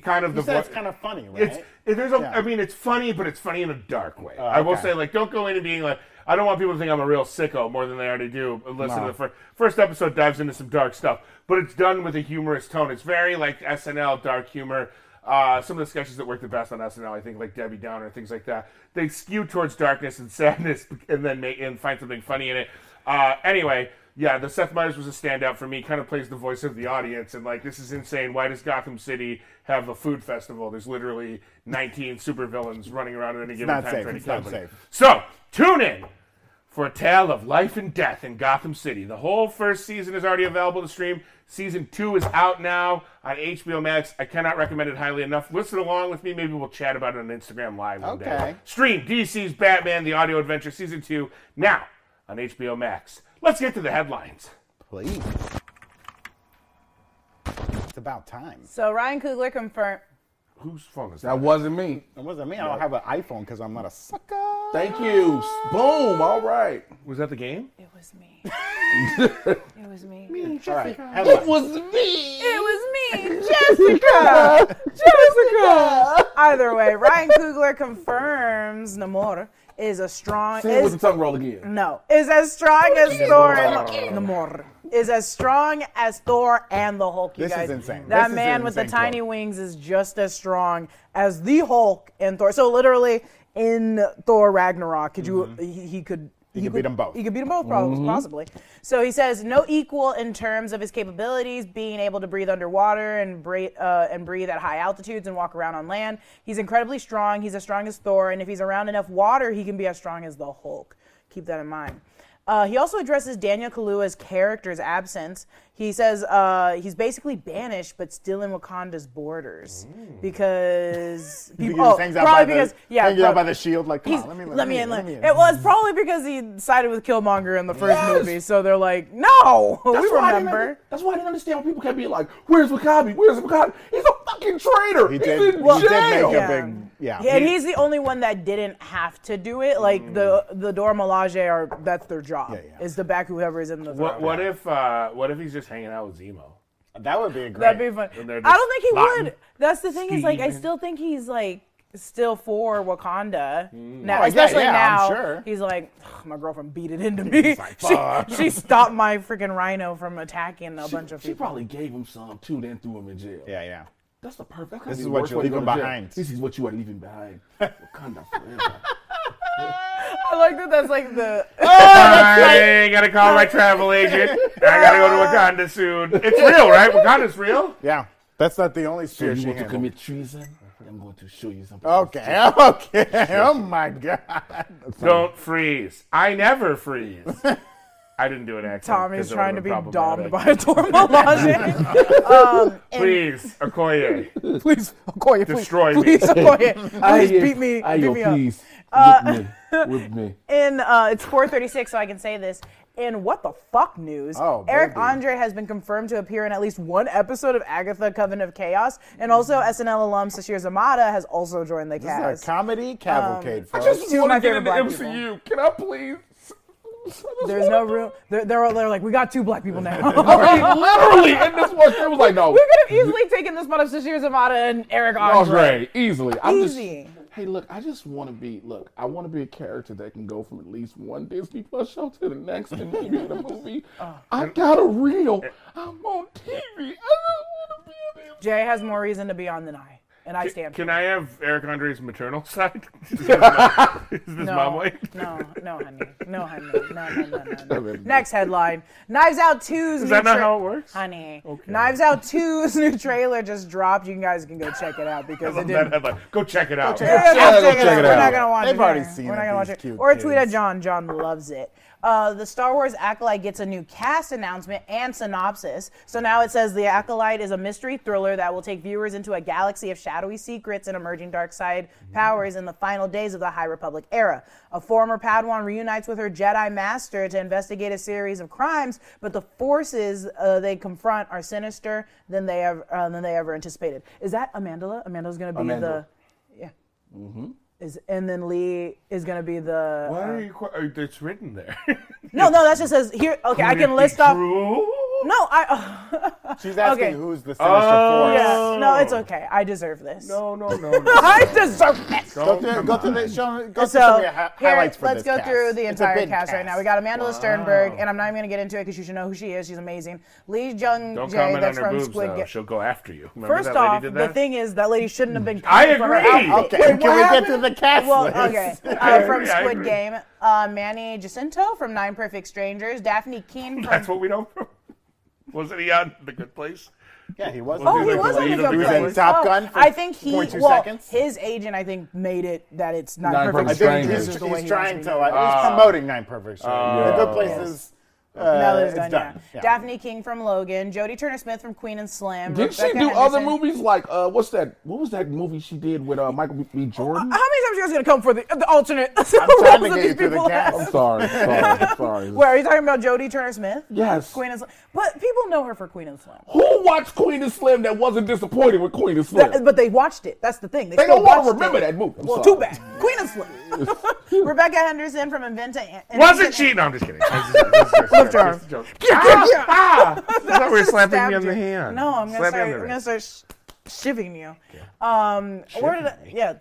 Speaker 1: kind of
Speaker 5: You
Speaker 1: the
Speaker 5: said it's
Speaker 1: vo-
Speaker 5: kind of funny, right?
Speaker 1: it's it- there's a I
Speaker 5: Yeah.
Speaker 1: mean it's funny but it's funny in a dark way i will
Speaker 5: okay.
Speaker 1: say like don't go into being like i don't want people to think i'm a real sicko more than they already do listen to the first, first episode dives into some dark stuff but it's done with a humorous tone it's very like snl dark humor uh, some of the sketches that work the best on SNL, I think, like Debbie Downer, things like that, they skew towards darkness and sadness, and then make and find something funny in it. Uh, anyway, yeah, the Seth Meyers was a standout for me. Kind of plays the voice of the audience, and like, this is insane. Why does Gotham City have a food festival? There's literally 19 supervillains running around at any given
Speaker 5: not
Speaker 1: time
Speaker 5: safe.
Speaker 1: trying to
Speaker 5: It's
Speaker 1: kill
Speaker 5: not
Speaker 1: everybody.
Speaker 5: safe.
Speaker 1: So tune in for a tale of life and death in Gotham City. The whole first season is already available to stream. Season two is out now on HBO Max. I cannot recommend it highly enough. Listen along with me. Maybe we'll chat about it on Instagram Live one day.
Speaker 5: Okay.
Speaker 1: Stream DC's Batman: The Audio Adventure Season Two now on HBO Max. Let's get to the headlines.
Speaker 5: Please. It's about time.
Speaker 2: So Ryan Coogler confirmed.
Speaker 1: Whose phone is that?
Speaker 3: That wasn't me.
Speaker 5: It wasn't me. I don't have an iPhone because I'm not a sucker.
Speaker 3: Thank you. Boom. All right.
Speaker 1: Was that the game?
Speaker 2: It was me. it was me.
Speaker 5: All right. headline.
Speaker 3: was me.
Speaker 2: It was me, Jessica. Jessica. Either way, Ryan Coogler confirms Namor is a strong.
Speaker 3: See, it was
Speaker 2: is-
Speaker 3: a tongue roll again.
Speaker 2: No, is as strong as Thor and Namor is as strong as Thor and the Hulk. You
Speaker 5: This is
Speaker 2: guys.
Speaker 5: insane.
Speaker 2: That
Speaker 5: This is
Speaker 2: man
Speaker 5: an
Speaker 2: with the
Speaker 5: insane
Speaker 2: tiny
Speaker 5: quote.
Speaker 2: wings is just as strong as the Hulk and Thor. So literally in Thor Ragnarok, could you? He, he could. He,
Speaker 5: Mm-hmm. could beat 'em both.
Speaker 2: He could beat them both, probably,
Speaker 5: Mm-hmm.
Speaker 2: possibly. So he says no equal in terms of his capabilities, being able to breathe underwater and breathe uh, and breathe at high altitudes and walk around on land. He's incredibly strong. He's as strong as Thor, and if he's around enough water, he can be as strong as the Hulk. Keep that in mind. Uh, he also addresses Daniel Kaluuya's character's absence. He says uh, he's basically banished, but still in Wakanda's borders because
Speaker 5: Mm. He
Speaker 2: people.
Speaker 5: just
Speaker 2: oh,
Speaker 5: hangs out by
Speaker 2: probably
Speaker 5: the,
Speaker 2: because yeah,
Speaker 5: hangs out
Speaker 2: prob-
Speaker 5: by the shield. Like, come
Speaker 2: He's,
Speaker 5: on,
Speaker 2: let
Speaker 5: let me
Speaker 2: me
Speaker 5: in,
Speaker 2: in. Let
Speaker 5: me in.
Speaker 2: It was probably because he sided with Killmonger in the first movie, so they're like, no, we
Speaker 3: why I didn't
Speaker 2: remember.
Speaker 3: under- that's why I didn't understand why people kept being like, "Where's Wakabi? Where's Wakabi? He's a fucking traitor.
Speaker 5: He
Speaker 3: He's
Speaker 5: did-
Speaker 3: in
Speaker 5: he did
Speaker 3: jail."
Speaker 5: make a big- yeah.
Speaker 2: and he's the only one that didn't have to do it. Like the the Dora Milaje are that's their job
Speaker 5: Mm. Yeah, yeah.
Speaker 2: is to back whoever is in the.
Speaker 1: What,
Speaker 2: throne.
Speaker 1: what if? Uh, what if he's just hanging out with Zemo?
Speaker 5: That would be a great.
Speaker 2: That'd be fun.
Speaker 1: And they're
Speaker 2: I
Speaker 1: just
Speaker 2: don't think he
Speaker 1: plotting.
Speaker 2: would. That's the thing is like I
Speaker 1: Scheming.
Speaker 2: still think he's like still for Wakanda
Speaker 1: Mm.
Speaker 2: now,
Speaker 5: Oh, yeah,
Speaker 2: especially
Speaker 5: yeah, I'm
Speaker 2: now.
Speaker 5: sure.
Speaker 2: He's like, "Ugh, my girlfriend beat it into me. she, she stopped my freaking rhino from attacking a bunch of
Speaker 3: She
Speaker 2: people.
Speaker 3: probably gave him some too, then threw him in jail.
Speaker 5: yeah, yeah.
Speaker 3: That's the perfect. That's
Speaker 5: This
Speaker 3: the
Speaker 5: is what
Speaker 3: worst
Speaker 5: you're
Speaker 3: way to go
Speaker 5: leaving
Speaker 3: to jail.
Speaker 5: behind.
Speaker 3: This is what you are leaving behind. Wakanda forever.
Speaker 2: I like that. That's like the
Speaker 1: I gotta call my travel agent. I gotta go to Wakanda soon. It's real, right? Wakanda's real.
Speaker 5: Yeah. That's not the only
Speaker 3: so
Speaker 5: spear
Speaker 3: you
Speaker 5: she
Speaker 3: want to
Speaker 5: handled.
Speaker 3: commit treason? I'm going to show you something.
Speaker 5: Okay, okay. Oh my god.
Speaker 1: Don't freeze. I never freeze. I didn't do an accent.
Speaker 2: Tommy's
Speaker 1: 'cause it
Speaker 2: trying to
Speaker 1: would've been
Speaker 2: be domed by
Speaker 1: problematic.
Speaker 2: a Dora Milaje.
Speaker 1: Please, Okoye,
Speaker 2: please, Okoye, please
Speaker 1: Destroy me.
Speaker 2: please, Okoye,
Speaker 3: I,
Speaker 2: please beat me, beat me up.
Speaker 3: Uh, please. With me. With me.
Speaker 2: in uh, it's 4:36, so I can say this. In what the fuck news,
Speaker 5: Oh,
Speaker 2: Eric
Speaker 5: baby.
Speaker 2: Andre has been confirmed to appear in at least one episode of Agatha Coven of Chaos, and also SNL alum Sashir Zamata has also joined the
Speaker 5: This is
Speaker 2: cast.
Speaker 5: a comedy
Speaker 2: Um,
Speaker 5: cavalcade, folks.
Speaker 2: two of my favorite
Speaker 1: into
Speaker 2: black
Speaker 1: MCU. Can I please?
Speaker 2: There's no room. They're, they're, all- they're like, we got two black people now.
Speaker 3: Like, literally in this one, it was like, no,
Speaker 2: we could have easily taken this spot of Sashir Zamata and Eric
Speaker 3: that was
Speaker 2: Andre.
Speaker 3: Oh, great, easily. I'm just-
Speaker 2: Easy.
Speaker 3: hey, look, I just want to be. Look, I want to be a character that can go from at least one Disney Plus show to the next, and maybe in a movie.
Speaker 2: Oh.
Speaker 3: I got a reel. I'm on TV. I just want to be in it.
Speaker 2: Jay has more reason to be on than I, and I stand.
Speaker 1: Can I have Eric Andre's maternal side? is this
Speaker 2: no,
Speaker 1: mom like?
Speaker 2: no, no, honey, no, honey, no, no, no, no. no. Next headline: Knives Out 2's
Speaker 1: Is that not how it works?
Speaker 2: Honey, Knives Out 2's new trailer just dropped. You guys can go check it out because it
Speaker 1: Love that
Speaker 2: didn't.
Speaker 1: headline. Go check it out.
Speaker 2: Yeah,
Speaker 5: Yeah,
Speaker 2: go
Speaker 5: go
Speaker 2: check it out. We're not gonna watch
Speaker 5: They've
Speaker 2: it.
Speaker 5: already
Speaker 2: here.
Speaker 5: seen
Speaker 2: We're
Speaker 5: it,
Speaker 2: not gonna watch
Speaker 5: these
Speaker 2: it.
Speaker 5: cute
Speaker 2: Or tweet at
Speaker 5: kids.
Speaker 2: John. John loves it. Uh, the Star Wars Acolyte gets a new cast announcement and synopsis. So now it says the Acolyte is a mystery thriller that will take viewers into a galaxy of shadowy secrets and emerging dark side powers in the final days of the High Republic era. A former Padawan reunites with her Jedi master to investigate a series of crimes, but the forces uh, they confront are sinister than they ever uh, than they ever anticipated. Is that Amandala? Amanda's going to be
Speaker 3: Amanda.
Speaker 2: the yeah. Is and then Lee is gonna be the.
Speaker 1: Why
Speaker 2: uh,
Speaker 1: are you? qu- oh, It's written there.
Speaker 2: no, no, that just says here. Okay, I
Speaker 1: Would it
Speaker 2: can
Speaker 1: be
Speaker 2: list off.
Speaker 1: True?
Speaker 2: No, I.
Speaker 5: She's asking
Speaker 2: Okay.
Speaker 5: who's the sinister
Speaker 1: Oh,
Speaker 5: force.
Speaker 2: yeah, no, it's okay. I deserve this.
Speaker 1: No, no, no. no.
Speaker 2: I deserve this.
Speaker 5: Go through, go through the show. Go through
Speaker 2: So
Speaker 5: some of your hi-
Speaker 2: here,
Speaker 5: highlights for
Speaker 2: let's
Speaker 5: this
Speaker 2: go
Speaker 5: cast.
Speaker 2: through the
Speaker 5: It's a
Speaker 2: entire
Speaker 5: big
Speaker 2: cast, right now. We got Amanda Sternberg, and I'm not even gonna get into it because you should know who she is. She's amazing. Lee Jung
Speaker 1: Don't
Speaker 2: Jae,
Speaker 1: comment on
Speaker 2: that's
Speaker 1: her
Speaker 2: from
Speaker 1: boobs,
Speaker 2: Squid
Speaker 1: though.
Speaker 2: Game.
Speaker 1: She'll go after you. Remember
Speaker 2: First
Speaker 1: that lady
Speaker 2: off,
Speaker 1: did
Speaker 2: the
Speaker 1: that?
Speaker 2: thing is that lady shouldn't have been.
Speaker 1: I
Speaker 2: paid for her
Speaker 1: agree.
Speaker 2: outfit.
Speaker 5: Okay,
Speaker 1: Wait,
Speaker 5: can
Speaker 1: what
Speaker 5: we get
Speaker 1: happened?
Speaker 5: to the cast?
Speaker 2: Well,
Speaker 5: list?
Speaker 2: okay.
Speaker 1: I
Speaker 2: Uh,
Speaker 1: agree,
Speaker 2: from
Speaker 1: I
Speaker 2: Squid
Speaker 1: agree.
Speaker 2: Game, uh, Manny Jacinto from Nine Perfect Strangers, Daphne Keene from
Speaker 1: That's what we know. From. Wasn't he on The Good Place?
Speaker 5: Yeah, he was.
Speaker 1: Oh,
Speaker 2: Oh, he
Speaker 1: like
Speaker 2: was
Speaker 1: the
Speaker 2: on
Speaker 1: lead
Speaker 2: the
Speaker 1: of
Speaker 2: good
Speaker 1: the
Speaker 2: place.
Speaker 1: Good
Speaker 5: Place. Top Gun
Speaker 2: Oh,
Speaker 5: for
Speaker 2: I think he,
Speaker 5: 0.2
Speaker 2: well,
Speaker 5: seconds?
Speaker 2: his agent, I think, made it that it's not
Speaker 3: Nine
Speaker 2: perfect.
Speaker 3: Perfect
Speaker 5: I think
Speaker 3: Strangers.
Speaker 2: Strangers.
Speaker 5: he's, he's
Speaker 2: the way he
Speaker 5: trying
Speaker 2: wants
Speaker 5: to. uh,
Speaker 2: me.
Speaker 5: Like, he's promoting Nine Perfect Strangers.
Speaker 3: Yeah.
Speaker 5: the Good Place
Speaker 2: Yes.
Speaker 5: is. Uh,
Speaker 2: Now that
Speaker 5: it's
Speaker 2: it's done, yeah.
Speaker 5: Yeah.
Speaker 2: Daphne King from Logan, Jodie Turner Smith from Queen and Slim.
Speaker 3: Did she
Speaker 2: Rebecca
Speaker 3: do other
Speaker 2: Henderson.
Speaker 3: movies like uh, what's that? What was that movie she did with uh, Michael B. Jordan?
Speaker 2: How many times are you guys gonna come for the, the alternate? I'm
Speaker 5: trying to get you through the cast.
Speaker 3: I'm sorry, sorry, sorry.
Speaker 2: Where are you talking about Jodie Turner Smith?
Speaker 3: Yes.
Speaker 2: Queen and Slim. But people know her for Queen and Slim.
Speaker 3: Who watched Queen and Slim that wasn't disappointed with Queen and Slim?
Speaker 2: That- but they watched it. That's the thing.
Speaker 3: they
Speaker 2: still
Speaker 3: don't want to
Speaker 2: watched
Speaker 3: remember
Speaker 2: it.
Speaker 3: that movie. I'm
Speaker 2: Well,
Speaker 3: sorry.
Speaker 2: too bad. Queen and Slim. Rebecca Henderson from Inventa.
Speaker 1: Wasn't she? No, I'm just kidding. Lift
Speaker 2: your arm.
Speaker 1: Ah! ah! I thought we were
Speaker 2: Just
Speaker 1: slapping me
Speaker 2: stabbed
Speaker 1: on the
Speaker 2: you.
Speaker 1: hand.
Speaker 2: No, I'm gonna
Speaker 1: Slap me on
Speaker 2: start.
Speaker 1: the
Speaker 2: I'm
Speaker 1: wrist.
Speaker 2: gonna start sh- shivving you. Um, where did I, yeah?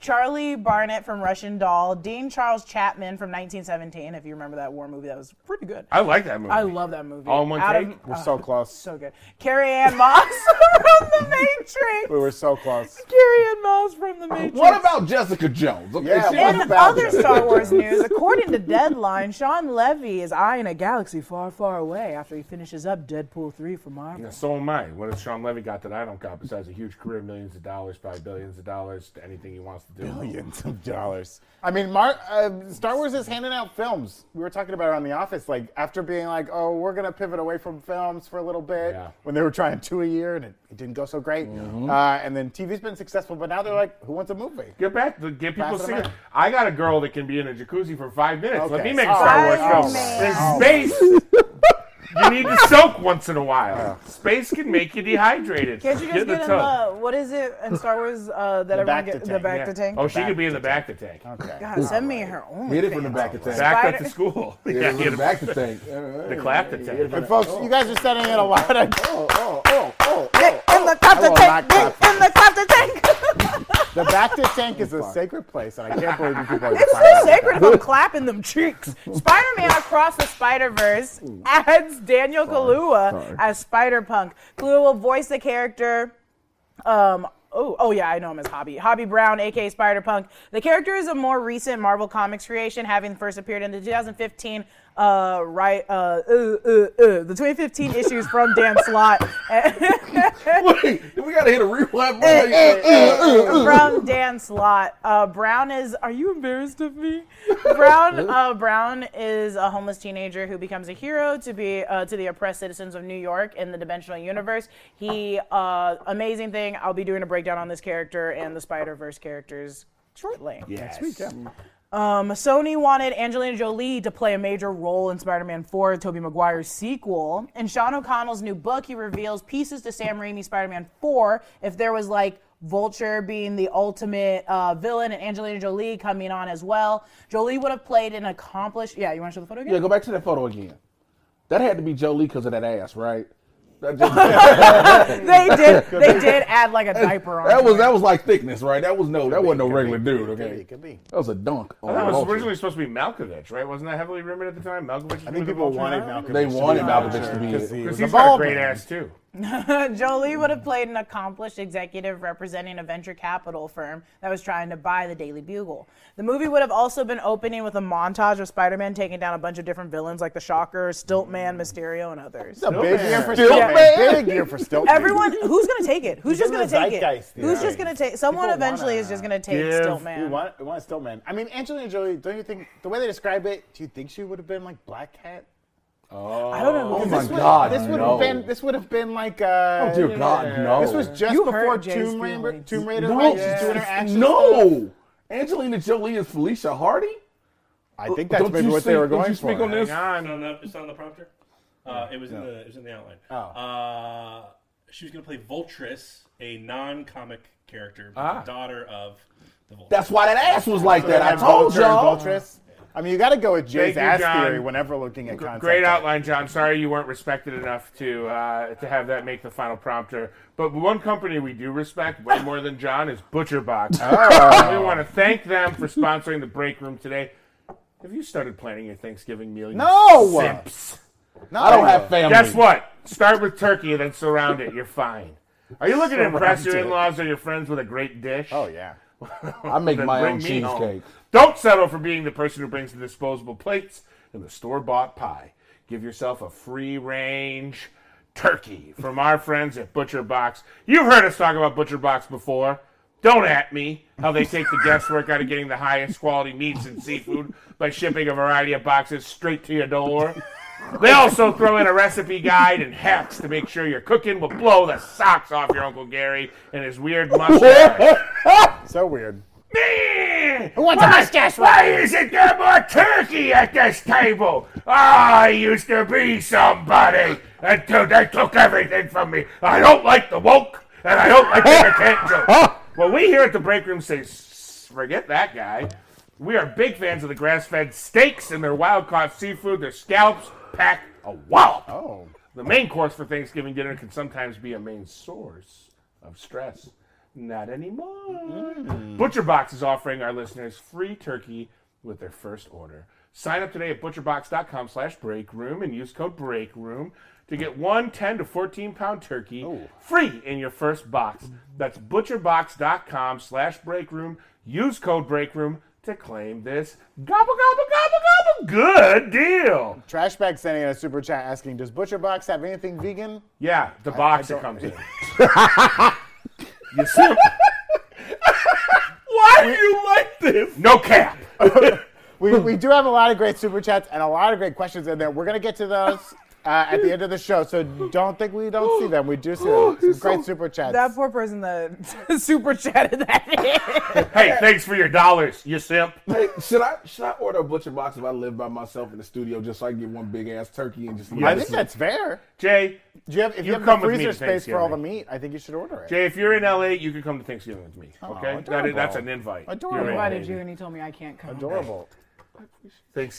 Speaker 2: Charlie Barnett from Russian Doll, Dean Charles Chapman from 1917. If you remember that war movie, that was pretty good.
Speaker 1: I like that movie.
Speaker 2: I love that movie.
Speaker 1: All in one
Speaker 2: Adam-
Speaker 1: take?
Speaker 5: We're so close.
Speaker 2: So good. Carrie Ann Moss from The Matrix.
Speaker 5: We were so close.
Speaker 2: Carrie Ann Moss from The Matrix.
Speaker 3: What about Jessica Jones? Okay,
Speaker 5: Yeah,
Speaker 3: she
Speaker 5: what
Speaker 3: was
Speaker 2: In
Speaker 5: about
Speaker 2: other
Speaker 5: it?
Speaker 2: Star Wars news, according to Deadline, Sean Levy is eyeing a galaxy far, far away after he finishes up Deadpool 3 for Marvel.
Speaker 1: Yeah, So am I. What has Sean Levy got that I don't got besides a huge career, millions of dollars, probably billions of dollars, to anything he wants to do?
Speaker 5: Millions of dollars. I mean, Mar- uh, Star Wars is handing out films. We were talking about it on The Office. Like, after being like, oh, we're going to pivot away from films for a little bit,
Speaker 1: Yeah.
Speaker 5: when they were trying two a year and it, it didn't go so great.
Speaker 3: Mm-hmm.
Speaker 5: Uh, and then TV's been successful, but now they're like, who wants a movie?
Speaker 1: Get back, to get people
Speaker 5: Pass it
Speaker 1: singing.
Speaker 5: around.
Speaker 1: I got a girl that can be in a jacuzzi for five minutes. Let
Speaker 5: Okay.
Speaker 1: me make a
Speaker 2: Oh,
Speaker 5: All
Speaker 1: Star Wars
Speaker 2: right.
Speaker 1: film.
Speaker 2: Five
Speaker 1: There's space. you need to soak once in a while. Space can make you dehydrated.
Speaker 2: Can't you just
Speaker 1: in the
Speaker 2: get in
Speaker 1: tub.
Speaker 2: the what is it in Star Wars uh, that everyone
Speaker 5: back
Speaker 2: get
Speaker 5: to
Speaker 2: the
Speaker 5: tank,
Speaker 2: back
Speaker 1: Yeah.
Speaker 2: to tank?
Speaker 1: Oh, she could be in the back of the tank.
Speaker 5: Okay.
Speaker 2: God, send me her own.
Speaker 3: Hit it from the back of the tank.
Speaker 1: Back up
Speaker 2: Spider-
Speaker 1: to school.
Speaker 3: Hit it
Speaker 1: Yeah,
Speaker 3: from
Speaker 1: get
Speaker 3: the
Speaker 1: a-
Speaker 3: back of the tank.
Speaker 1: the clap to tank.
Speaker 5: But folks, you guys are setting in a lot of.
Speaker 3: Oh, oh, oh, oh, oh.
Speaker 2: Dick in the top
Speaker 5: will
Speaker 2: to
Speaker 5: not
Speaker 2: tank.
Speaker 5: clap
Speaker 2: Dick in the top to tank.
Speaker 5: The back to tank is a sacred place, and I can't believe you people are
Speaker 2: It's
Speaker 5: defining
Speaker 2: so
Speaker 5: it.
Speaker 2: sacred if I'm clapping them cheeks. Spider-Man Across the Spider-Verse adds Daniel Kaluuya
Speaker 3: sorry.
Speaker 2: as Spider-Punk. Kaluuya will voice the character. Um, oh, oh yeah, I know him as Hobby. Hobby Brown, aka Spider-Punk. The character is a more recent Marvel Comics creation, having first appeared in the 2015. Uh, right, uh, uh, uh, uh, the 2015 issues from Dan Slott.
Speaker 3: Wait, we gotta hit a rewind.
Speaker 2: Brown dance lot. Uh, Brown is. Are you embarrassed of me? Brown. Uh, Brown is a homeless teenager who becomes a hero to be uh, to the oppressed citizens of New York in the dimensional universe. He uh, amazing thing. I'll be doing a breakdown on this character and the Spider Verse characters shortly.
Speaker 3: Yes.
Speaker 2: Um, Sony wanted Angelina Jolie to play a major role in Spider-Man 4, Tobey Maguire's sequel. In Sean O'Connell's new book, he reveals pieces to Sam Raimi's Spider-Man 4. If there was like Vulture being the ultimate uh, villain and Angelina Jolie coming on as well, Jolie would have played an accomplished. Yeah, you want to show the photo again?
Speaker 3: Yeah, go back to that photo again. That had to be Jolie because of that ass, right? That, just-
Speaker 2: they did. They did add like a diaper on.
Speaker 3: that was that was like thickness, right? That was no, that wasn't no regular dude.
Speaker 5: Could be,
Speaker 3: Okay,
Speaker 5: could be.
Speaker 3: that was a dunk. on
Speaker 1: That was
Speaker 3: Vulture.
Speaker 1: originally supposed to be Malkovich, right? Wasn't that heavily rumored at the time? Malkovich.
Speaker 5: I think people wanted Malcolm.
Speaker 3: They
Speaker 5: X to
Speaker 3: wanted
Speaker 5: be
Speaker 3: Malcolm
Speaker 5: Vulture
Speaker 3: X to be
Speaker 5: because
Speaker 3: it.
Speaker 5: he
Speaker 1: Because
Speaker 5: was a
Speaker 1: he's got a
Speaker 5: bald
Speaker 1: great
Speaker 5: man.
Speaker 1: ass too.
Speaker 2: Jolie would have played an accomplished executive representing a venture capital firm that was trying to buy the Daily Bugle. The movie would have also been opening with a montage of Spider-Man taking down a bunch of different villains like the Shocker, Stiltman, Mysterio, and others.
Speaker 5: It's a big year for
Speaker 3: Still
Speaker 5: Stiltman. Big year for Stiltman.
Speaker 2: Everyone, who's gonna take it? Who's just
Speaker 5: in
Speaker 2: gonna
Speaker 5: the
Speaker 2: take it?
Speaker 5: zeitgeist, you
Speaker 2: Who's
Speaker 5: know?
Speaker 2: just gonna take? Someone
Speaker 5: People
Speaker 2: eventually is
Speaker 5: wanna
Speaker 2: just gonna take
Speaker 1: give-
Speaker 5: We
Speaker 2: Stiltman.
Speaker 5: want, we want Stiltman. I mean, Angelina Jolie. Don't you think the way they describe it? Do you think she would have been like Black Cat?
Speaker 2: I don't know.
Speaker 3: Oh
Speaker 2: who
Speaker 3: my
Speaker 5: this would-
Speaker 3: God,
Speaker 5: This would
Speaker 3: no.
Speaker 5: have been. This would have been like. Uh,
Speaker 3: Oh dear God, no!
Speaker 5: This was just
Speaker 2: You
Speaker 5: before
Speaker 2: heard Jay's
Speaker 5: Tomb Raider.
Speaker 2: feelings.
Speaker 5: Tomb Raider.
Speaker 3: no,
Speaker 5: right? She's doing her action.
Speaker 3: no.
Speaker 5: stuff.
Speaker 3: Angelina Jolie is Felicia Hardy.
Speaker 5: I think that's
Speaker 3: Don't
Speaker 5: maybe
Speaker 3: you
Speaker 5: what they
Speaker 3: see-
Speaker 5: were
Speaker 3: don't
Speaker 5: going
Speaker 3: you speak
Speaker 5: for.
Speaker 3: on this?
Speaker 6: Hang on, on the, it's not on the prompter. Uh, it was in the it was in the outline. Oh. Uh, she was going to play Voltress, a non-comic character, but the daughter of the Vulture.
Speaker 3: That's why that ass was like that. I
Speaker 5: And
Speaker 3: told
Speaker 5: Vulture and
Speaker 3: y'all.
Speaker 5: Vultress. I mean, you got to go with Jay's
Speaker 1: Thank you,
Speaker 5: ass
Speaker 1: John.
Speaker 5: theory whenever looking at concept.
Speaker 1: Great
Speaker 5: art.
Speaker 1: outline, John. Sorry you weren't respected enough to uh, to have that make the final prompter. But one company we do respect way more than John is ButcherBox.
Speaker 5: Oh.
Speaker 1: We want to thank them for sponsoring the break room today. Have you started planning your Thanksgiving meal? you
Speaker 5: No!
Speaker 1: simps.
Speaker 5: No,
Speaker 3: I don't have family.
Speaker 1: Guess what? Start with turkey, then surround it. You're fine. Are you looking to impress your
Speaker 5: Surround it.
Speaker 1: in-laws or your friends with a great dish?
Speaker 5: Oh yeah.
Speaker 3: I make
Speaker 1: Then
Speaker 3: my
Speaker 1: bring
Speaker 3: own
Speaker 1: me home.
Speaker 3: cheesecake.
Speaker 1: Don't settle for being the person who brings the disposable plates and the store bought pie. Give yourself a free range turkey from our friends at Butcher Box. You've heard us talk about Butcher Box before. Don't at me how they take the guesswork out of getting the highest quality meats and seafood by shipping a variety of boxes straight to your door. They also throw in a recipe guide and hacks to make sure your cooking will blow the socks off your Uncle Gary and his weird mustache.
Speaker 5: So weird.
Speaker 1: Man,
Speaker 5: wants a
Speaker 1: why-
Speaker 5: mustache
Speaker 1: Why isn't there more turkey at this table? I used to be somebody until they took everything from me. I don't like the woke, and I don't like the potential. well, we here at the break room say, "S- forget that guy. We are big fans of the grass-fed steaks and their wild-caught seafood. Their scallops pack a wallop.
Speaker 5: Oh.
Speaker 1: The main course for Thanksgiving dinner can sometimes be a main source of stress. Not anymore. ButcherBox is offering our listeners free turkey with their first order. Sign up today at butcherbox.com slash breakroom and use code breakroom to get one 10 to 14 pound turkey free in your first box. That's butcherbox.com slash breakroom. Use code breakroom to claim this gobble, gobble, gobble, gobble good deal.
Speaker 5: Trashbag sending in a super chat asking, "Does Butcher Box have anything vegan?"
Speaker 1: Yeah, the box
Speaker 5: I
Speaker 1: that
Speaker 5: don't-
Speaker 1: comes in. you simp. Why do you like this? No cap.
Speaker 5: We,
Speaker 1: Hmm.
Speaker 5: we do have a lot of great super chats and a lot of great questions in there. We're gonna get to those uh, at the end of the show, so don't think we don't see them. We do see them. Some great super chats.
Speaker 2: That poor person that super chatted that. in.
Speaker 1: Hey, thanks for your dollars, you simp.
Speaker 3: Hey, should I should I order a butcher box if I live by myself in the studio just so I can get one big ass turkey and just?
Speaker 5: I think that's fair.
Speaker 1: Jay,
Speaker 5: Do you have, if you,
Speaker 1: You
Speaker 5: have
Speaker 1: come
Speaker 5: the
Speaker 1: with me
Speaker 5: freezer
Speaker 1: to
Speaker 5: space for all the
Speaker 1: Thanksgiving.
Speaker 5: meat, I think you should order it.
Speaker 1: Jay, if you're in LA, you can come to Thanksgiving with me. Okay, That is- that's an invite.
Speaker 5: Oh, Adorable.
Speaker 1: You're in,
Speaker 2: Invited
Speaker 1: baby.
Speaker 2: you and he told me I can't come.
Speaker 5: Adorable.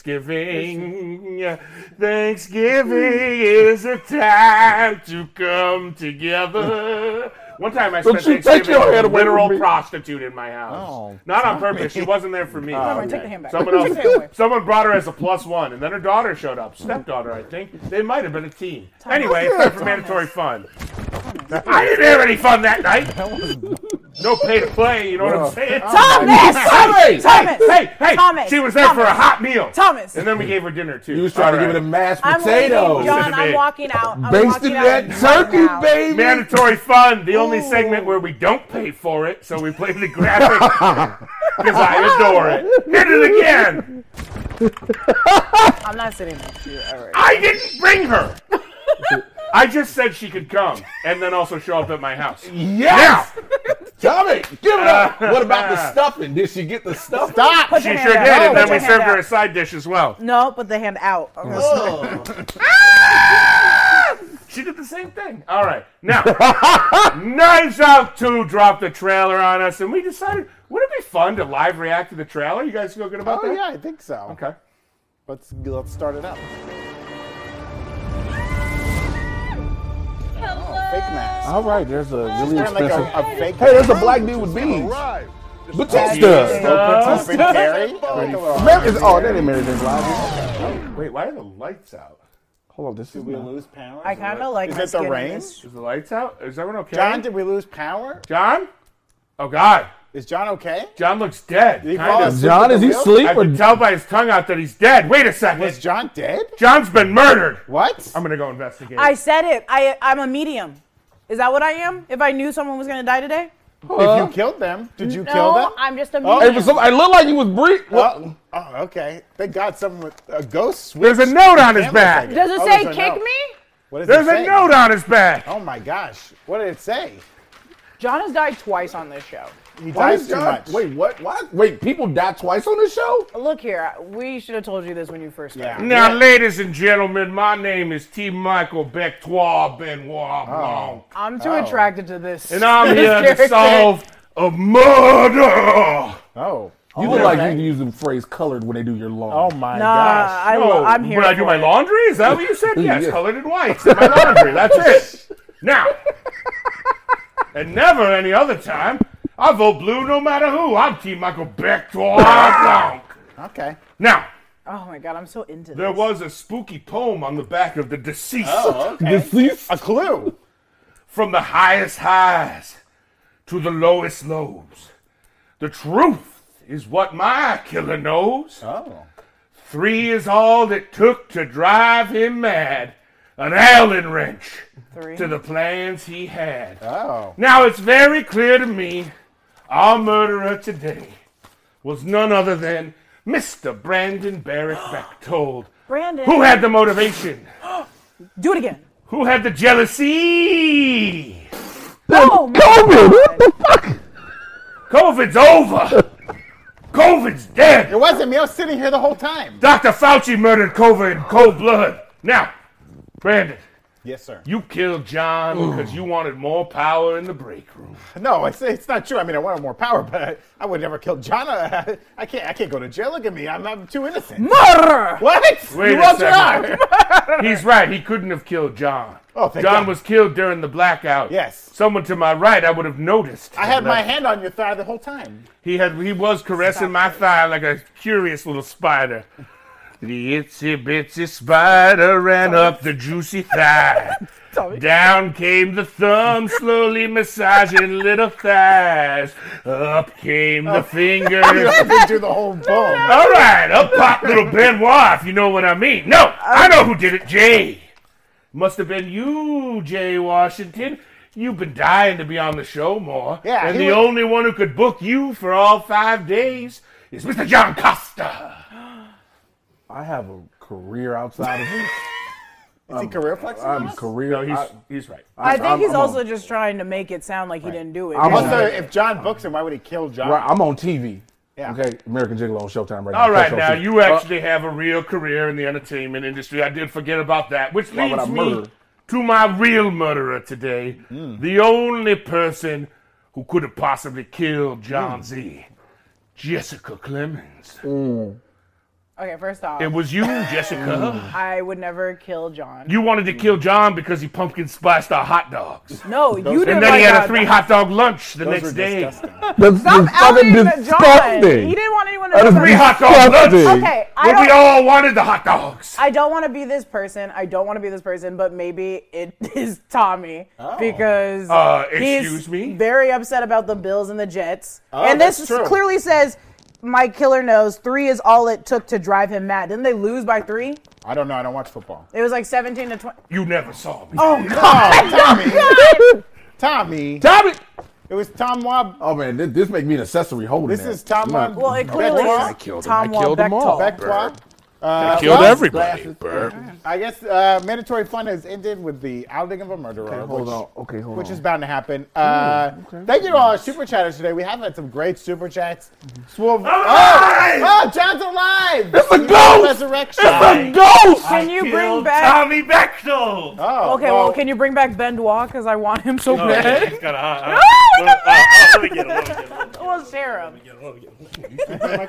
Speaker 1: Thanksgiving, yeah. Thanksgiving is a time to come together. One time I spent
Speaker 3: you take
Speaker 1: Thanksgiving
Speaker 3: your
Speaker 1: with
Speaker 3: hand
Speaker 1: a
Speaker 3: away from
Speaker 1: literal
Speaker 3: me.
Speaker 1: prostitute in my house.
Speaker 5: Oh,
Speaker 1: Not on purpose. She wasn't there for
Speaker 3: Oh,
Speaker 1: me.
Speaker 2: on, take the hand back.
Speaker 1: Someone
Speaker 2: Take the hand away.
Speaker 1: else. someone brought her as a plus one, and then her daughter showed up. Stepdaughter, I think. They might have been a team. Anyway, it's time for mandatory fun. I didn't have any fun that night. No pay to play. You know what I'm saying?
Speaker 2: Thomas!
Speaker 1: Hey,
Speaker 2: Thomas!
Speaker 1: hey, hey, hey!
Speaker 2: Thomas!
Speaker 1: She was there for a
Speaker 2: Thomas!
Speaker 1: hot meal.
Speaker 2: Thomas!
Speaker 1: And then we gave her dinner too.
Speaker 3: You was trying to
Speaker 1: All
Speaker 3: give it a
Speaker 1: right.
Speaker 3: mashed
Speaker 2: I'm leaving,
Speaker 3: potatoes.
Speaker 2: John. I'm
Speaker 1: Babe.
Speaker 2: walking out. I'm
Speaker 3: Basted
Speaker 2: walking out
Speaker 3: that
Speaker 2: right
Speaker 3: turkey,
Speaker 2: now.
Speaker 3: baby.
Speaker 1: mandatory fun. The only segment where we don't pay for it, so we play the graphic because I adore it. Hit it again.
Speaker 2: I'm not sitting next to you ever.
Speaker 1: I didn't bring her. I just said she could come and then also show up at my house.
Speaker 3: yes.
Speaker 1: Now,
Speaker 3: Dominic, give it up. What about the stuffing? Did she get the stuffing?
Speaker 2: Stop! Put
Speaker 1: She
Speaker 2: your
Speaker 1: sure
Speaker 2: hand
Speaker 1: did,
Speaker 2: out.
Speaker 1: and
Speaker 2: Put
Speaker 1: then
Speaker 2: your
Speaker 1: we
Speaker 2: hand
Speaker 1: served her
Speaker 2: out.
Speaker 1: a Oh. side dish as well.
Speaker 2: No, put the hand out.
Speaker 1: She did the same thing. All right. Now, Knives Out 2 dropped the trailer on us, and we decided, would it be fun to live react to the trailer? You guys feel good about
Speaker 5: Oh
Speaker 1: that?
Speaker 5: yeah, I think so.
Speaker 1: Okay.
Speaker 5: Let's let's start it up. Oh, Fake mask.
Speaker 3: All right, there's a really
Speaker 5: Kinda like
Speaker 3: expensive.
Speaker 5: a, a fake.
Speaker 3: hey, there's a black dude with beads. Batista.
Speaker 5: Batista. Carey. Like a little-
Speaker 3: Mary- is- oh, that ain't Mary J. Blige.
Speaker 1: Wait, why are the lights out?
Speaker 3: Hold on, this is
Speaker 5: Did we
Speaker 3: not-
Speaker 5: lose power?
Speaker 2: I kind of like
Speaker 5: Is
Speaker 2: my
Speaker 5: it
Speaker 2: skin
Speaker 5: the
Speaker 2: in
Speaker 5: rain?
Speaker 2: this.
Speaker 1: Is the lights out? Is everyone okay?
Speaker 5: John, did we lose power?
Speaker 1: John? Oh, God.
Speaker 5: Is John okay?
Speaker 1: John looks dead.
Speaker 5: he fall
Speaker 1: kind of.
Speaker 5: asleep?
Speaker 3: John, is he
Speaker 5: Wheel?
Speaker 3: asleep
Speaker 1: I
Speaker 3: or
Speaker 1: can tell by his tongue out that he's dead. Wait a
Speaker 5: Was
Speaker 1: second.
Speaker 5: John dead?
Speaker 1: John's been murdered.
Speaker 5: What?
Speaker 1: I'm going to go investigate.
Speaker 2: I said it. I I'm a medium. Is that what I am? If I knew someone was gonna die today?
Speaker 5: if you killed them, did you kill them?
Speaker 2: No, I'm
Speaker 1: Oh,
Speaker 2: just a
Speaker 3: Hey,
Speaker 2: medium.
Speaker 3: for some, I look like you was breathing.
Speaker 5: Well, oh, okay. Thank God someone with a ghost switch.
Speaker 1: There's a note on his
Speaker 5: Camera
Speaker 1: back.
Speaker 5: thing.
Speaker 2: Does it
Speaker 5: Oh,
Speaker 2: say
Speaker 5: there's a
Speaker 2: kick
Speaker 5: note.
Speaker 2: me?
Speaker 5: What does
Speaker 1: There's
Speaker 5: it
Speaker 1: a
Speaker 5: say?
Speaker 1: note on his back.
Speaker 5: Oh my gosh. What did it say?
Speaker 2: John has died twice on this show.
Speaker 5: He
Speaker 3: Why
Speaker 5: dies
Speaker 3: is
Speaker 5: too
Speaker 3: John?
Speaker 5: much.
Speaker 3: Wait, what? Why? Wait, people die twice on this show?
Speaker 2: Look here, we should have told you this when you first started.
Speaker 5: Yeah.
Speaker 1: Now, ladies and gentlemen, my name is T. Michael Bectoire Benoit
Speaker 5: Oh.
Speaker 1: Blanc,
Speaker 2: I'm too
Speaker 1: Oh.
Speaker 2: attracted to this.
Speaker 1: and I'm
Speaker 2: this
Speaker 1: here to
Speaker 2: character.
Speaker 1: solve a murder.
Speaker 5: Oh.
Speaker 3: You look like you use the phrase "colored" when they do your
Speaker 5: Oh
Speaker 3: lawn.
Speaker 2: Nah,
Speaker 5: my gosh.
Speaker 2: I
Speaker 1: Oh,
Speaker 2: lo- I'm here.
Speaker 1: When I
Speaker 2: for
Speaker 1: do my
Speaker 2: it.
Speaker 1: laundry, is that what you said? Yes,
Speaker 3: Yeah.
Speaker 1: colored and white. in My laundry. That's it. Now, and never any other time. I vote blue no matter who. I'm T. Michael Bectoire Blanc.
Speaker 5: Okay.
Speaker 1: Now,
Speaker 2: Oh my god, I'm so into
Speaker 1: there
Speaker 2: this.
Speaker 1: was a spooky poem on the back of the deceased.
Speaker 5: Uh-huh.
Speaker 3: Deceased.
Speaker 5: Oh, A clue.
Speaker 1: from the highest highs to the lowest lows. The truth is what my killer knows.
Speaker 5: Oh.
Speaker 1: Three is all it took to drive him mad. An Allen wrench
Speaker 2: Three.
Speaker 1: to the plans he had.
Speaker 5: Oh.
Speaker 1: Now it's very clear to me our murderer today was none other than Mr. Brandon Barrett Bechtold.
Speaker 2: Brandon,
Speaker 1: Who had the motivation?
Speaker 2: do it again.
Speaker 1: Who had the jealousy?
Speaker 2: Oh, my
Speaker 3: COVID. What the fuck?
Speaker 1: COVID's over. COVID's
Speaker 5: It
Speaker 1: dead.
Speaker 5: wasn't me. I was sitting here the whole time.
Speaker 1: Dr. Fauci murdered COVID in cold blood. Now, Brandon,
Speaker 5: Yes, sir.
Speaker 1: you killed John because you wanted more power in the break room.
Speaker 5: No, it's, it's not true. I mean, I wanted more power, but I, I would never kill John. I, I can't. I can't go to jail. Look at me. I'm, I'm too innocent.
Speaker 2: murderer.
Speaker 5: What?
Speaker 1: Wait
Speaker 5: you
Speaker 1: a
Speaker 5: rolled your
Speaker 1: second.
Speaker 5: arm.
Speaker 1: He's right. He couldn't have killed John.
Speaker 5: Oh, thank
Speaker 1: John
Speaker 5: God.
Speaker 1: was killed during the blackout.
Speaker 5: Yes.
Speaker 1: Someone to my right, I would have noticed.
Speaker 5: I had my hand on your thigh the whole time.
Speaker 1: He had. He was caressing my thigh like a curious little spider. The itsy bitsy spider ran up the juicy thigh. Down came the thumb, slowly massaging little thighs. Up came the
Speaker 5: Oh. You
Speaker 1: fingers.
Speaker 5: have to do the whole bone.
Speaker 1: All right, up pop little Benoit, if you know what I mean. No, I know who did it, Jay. Must have been you, Jay Washington. You've been dying to be on the show more.
Speaker 5: Yeah,
Speaker 1: And
Speaker 5: he
Speaker 1: the
Speaker 5: was-
Speaker 1: only one who could book you for all five days is Mr. John Costa.
Speaker 3: I have a career outside of this.
Speaker 5: Is he career flexing?
Speaker 3: Um, I'm
Speaker 5: us?
Speaker 3: career.
Speaker 1: No, he's,
Speaker 5: Uh,
Speaker 3: I,
Speaker 1: he's right.
Speaker 2: I think
Speaker 3: I'm-
Speaker 2: he's
Speaker 3: I'm
Speaker 2: also
Speaker 3: on-
Speaker 2: just trying to make it sound like he didn't do it.
Speaker 3: I'm
Speaker 5: Also,
Speaker 3: on,
Speaker 5: if John books him, why would he kill John?
Speaker 3: right, I'm on TV.
Speaker 5: Yeah.
Speaker 3: Okay, American Gigolo on Showtime right now.
Speaker 1: All right,
Speaker 3: Catch
Speaker 1: now
Speaker 3: on TV.
Speaker 4: Uh,
Speaker 1: you actually have a real career in the entertainment industry. I did forget about that, which
Speaker 3: Why would
Speaker 1: leads
Speaker 3: I
Speaker 1: me
Speaker 3: murder?
Speaker 1: to my real murderer today, the only person who could have possibly killed John Z, Jessica Clemens.
Speaker 2: okay, first off,
Speaker 1: It was you, Jessica.
Speaker 2: I would never kill John.
Speaker 1: You wanted to kill John because he pumpkin spiced our hot dogs,
Speaker 2: no, you did
Speaker 1: and then
Speaker 2: like
Speaker 1: he had a
Speaker 2: a-
Speaker 1: three hot dog lunch the
Speaker 5: Those
Speaker 1: next
Speaker 5: are
Speaker 1: day.
Speaker 5: disgusting.
Speaker 3: That's
Speaker 2: Stop outing
Speaker 3: fucking
Speaker 2: the John.
Speaker 3: disgusting.
Speaker 2: He didn't want anyone to
Speaker 3: That
Speaker 2: know
Speaker 3: is
Speaker 2: about
Speaker 1: Three
Speaker 2: it.
Speaker 1: hot dog
Speaker 3: Disgusting.
Speaker 1: lunch.
Speaker 2: Okay, I
Speaker 1: When we
Speaker 2: don't-
Speaker 1: all wanted the hot dogs.
Speaker 2: I don't want to be this person. I don't want to be this person, but maybe it is Tommy because
Speaker 1: Uh,
Speaker 2: he's
Speaker 1: excuse me?
Speaker 2: very upset about the Bills and the Jets. and this
Speaker 5: that's true.
Speaker 2: clearly says my killer knows three is all it took to drive him mad. Didn't they lose by three?
Speaker 5: I don't know. I don't watch football.
Speaker 2: It was like seventeen to twenty.
Speaker 1: You never saw me.
Speaker 5: Oh,
Speaker 3: Oh,
Speaker 5: Tommy. Tommy.
Speaker 3: Stop it.
Speaker 5: It was Tom Wab.
Speaker 3: Oh man, this, this make me an accessory holder.
Speaker 5: This is Tom Wab.
Speaker 2: Well, it clearly
Speaker 5: Beckwith.
Speaker 2: is Tom
Speaker 3: I killed them
Speaker 2: Wall
Speaker 3: all.
Speaker 5: Beckwith. Uh,
Speaker 7: Killed
Speaker 5: well,
Speaker 7: everybody. Burp.
Speaker 5: I guess uh, mandatory fun has ended with the outing of a murderer.
Speaker 3: hold
Speaker 5: which,
Speaker 3: on. Okay, hold
Speaker 5: which
Speaker 3: on.
Speaker 5: is bound to happen. Uh, Thank you to all our super chatters today. We have had some great super chats. Swoop. Oh, oh, John's alive!
Speaker 3: It's a
Speaker 5: You got
Speaker 3: ghost!
Speaker 5: Resurrection.
Speaker 3: It's a ghost!
Speaker 2: Can you bring
Speaker 6: Killed
Speaker 2: back?
Speaker 6: Tommy Bechtel?
Speaker 5: Oh,
Speaker 2: Okay, well, can you bring back Benoit? Because I want him so
Speaker 6: Oh,
Speaker 2: bad.
Speaker 6: yeah, he's got a hot. No,
Speaker 2: we
Speaker 6: let, uh, let me get him. Let me get him. Let me get him.
Speaker 2: We'll share him.
Speaker 6: Let me get him, let me get him.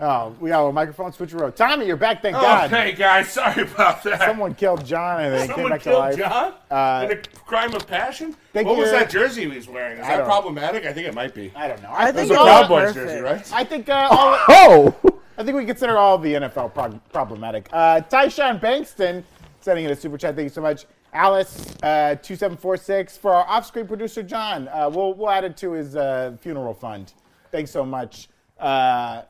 Speaker 5: Oh, we got a microphone switcheroo. Tommy, you're back. Thank God.
Speaker 1: Okay, guys, sorry about that.
Speaker 5: Someone killed John and then he came
Speaker 1: Someone
Speaker 5: back to
Speaker 1: killed
Speaker 5: life.
Speaker 1: John
Speaker 5: Uh,
Speaker 1: in a crime of passion.
Speaker 5: Thank
Speaker 1: What was
Speaker 5: you.
Speaker 1: that jersey he was wearing? Is that
Speaker 5: don't-
Speaker 1: problematic? I think it might be.
Speaker 5: I don't know.
Speaker 2: I
Speaker 5: I
Speaker 2: think
Speaker 5: think uh,
Speaker 1: It's a
Speaker 2: Oh,
Speaker 1: Cowboys
Speaker 2: perfect.
Speaker 1: jersey, right?
Speaker 5: I think uh, all,
Speaker 3: Oh!
Speaker 5: I think we consider all of the NFL pro- problematic. Uh, Tyshawn Bankston sending in a super chat. Thank you so much, Alice uh, two seven four six for our off screen producer John. Uh, we'll we'll add it to his uh, funeral fund. Thanks so much. Uh,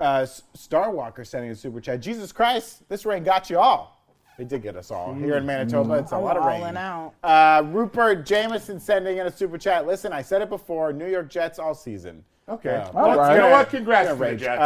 Speaker 5: uh, S- Starwalker sending a super chat. Jesus Christ, this rain got you all. They did get us all here in Manitoba. It's a lot of rain.
Speaker 2: All in out.
Speaker 5: Uh, Rupert Jameson sending in a super chat. Listen, I said it before. New York Jets all season.
Speaker 1: Okay.
Speaker 5: Yeah.
Speaker 1: Well,
Speaker 5: That's
Speaker 1: You know
Speaker 5: gonna-
Speaker 1: what? Congrats to
Speaker 5: gonna
Speaker 1: the
Speaker 5: rage.
Speaker 1: Jets,
Speaker 5: Uh,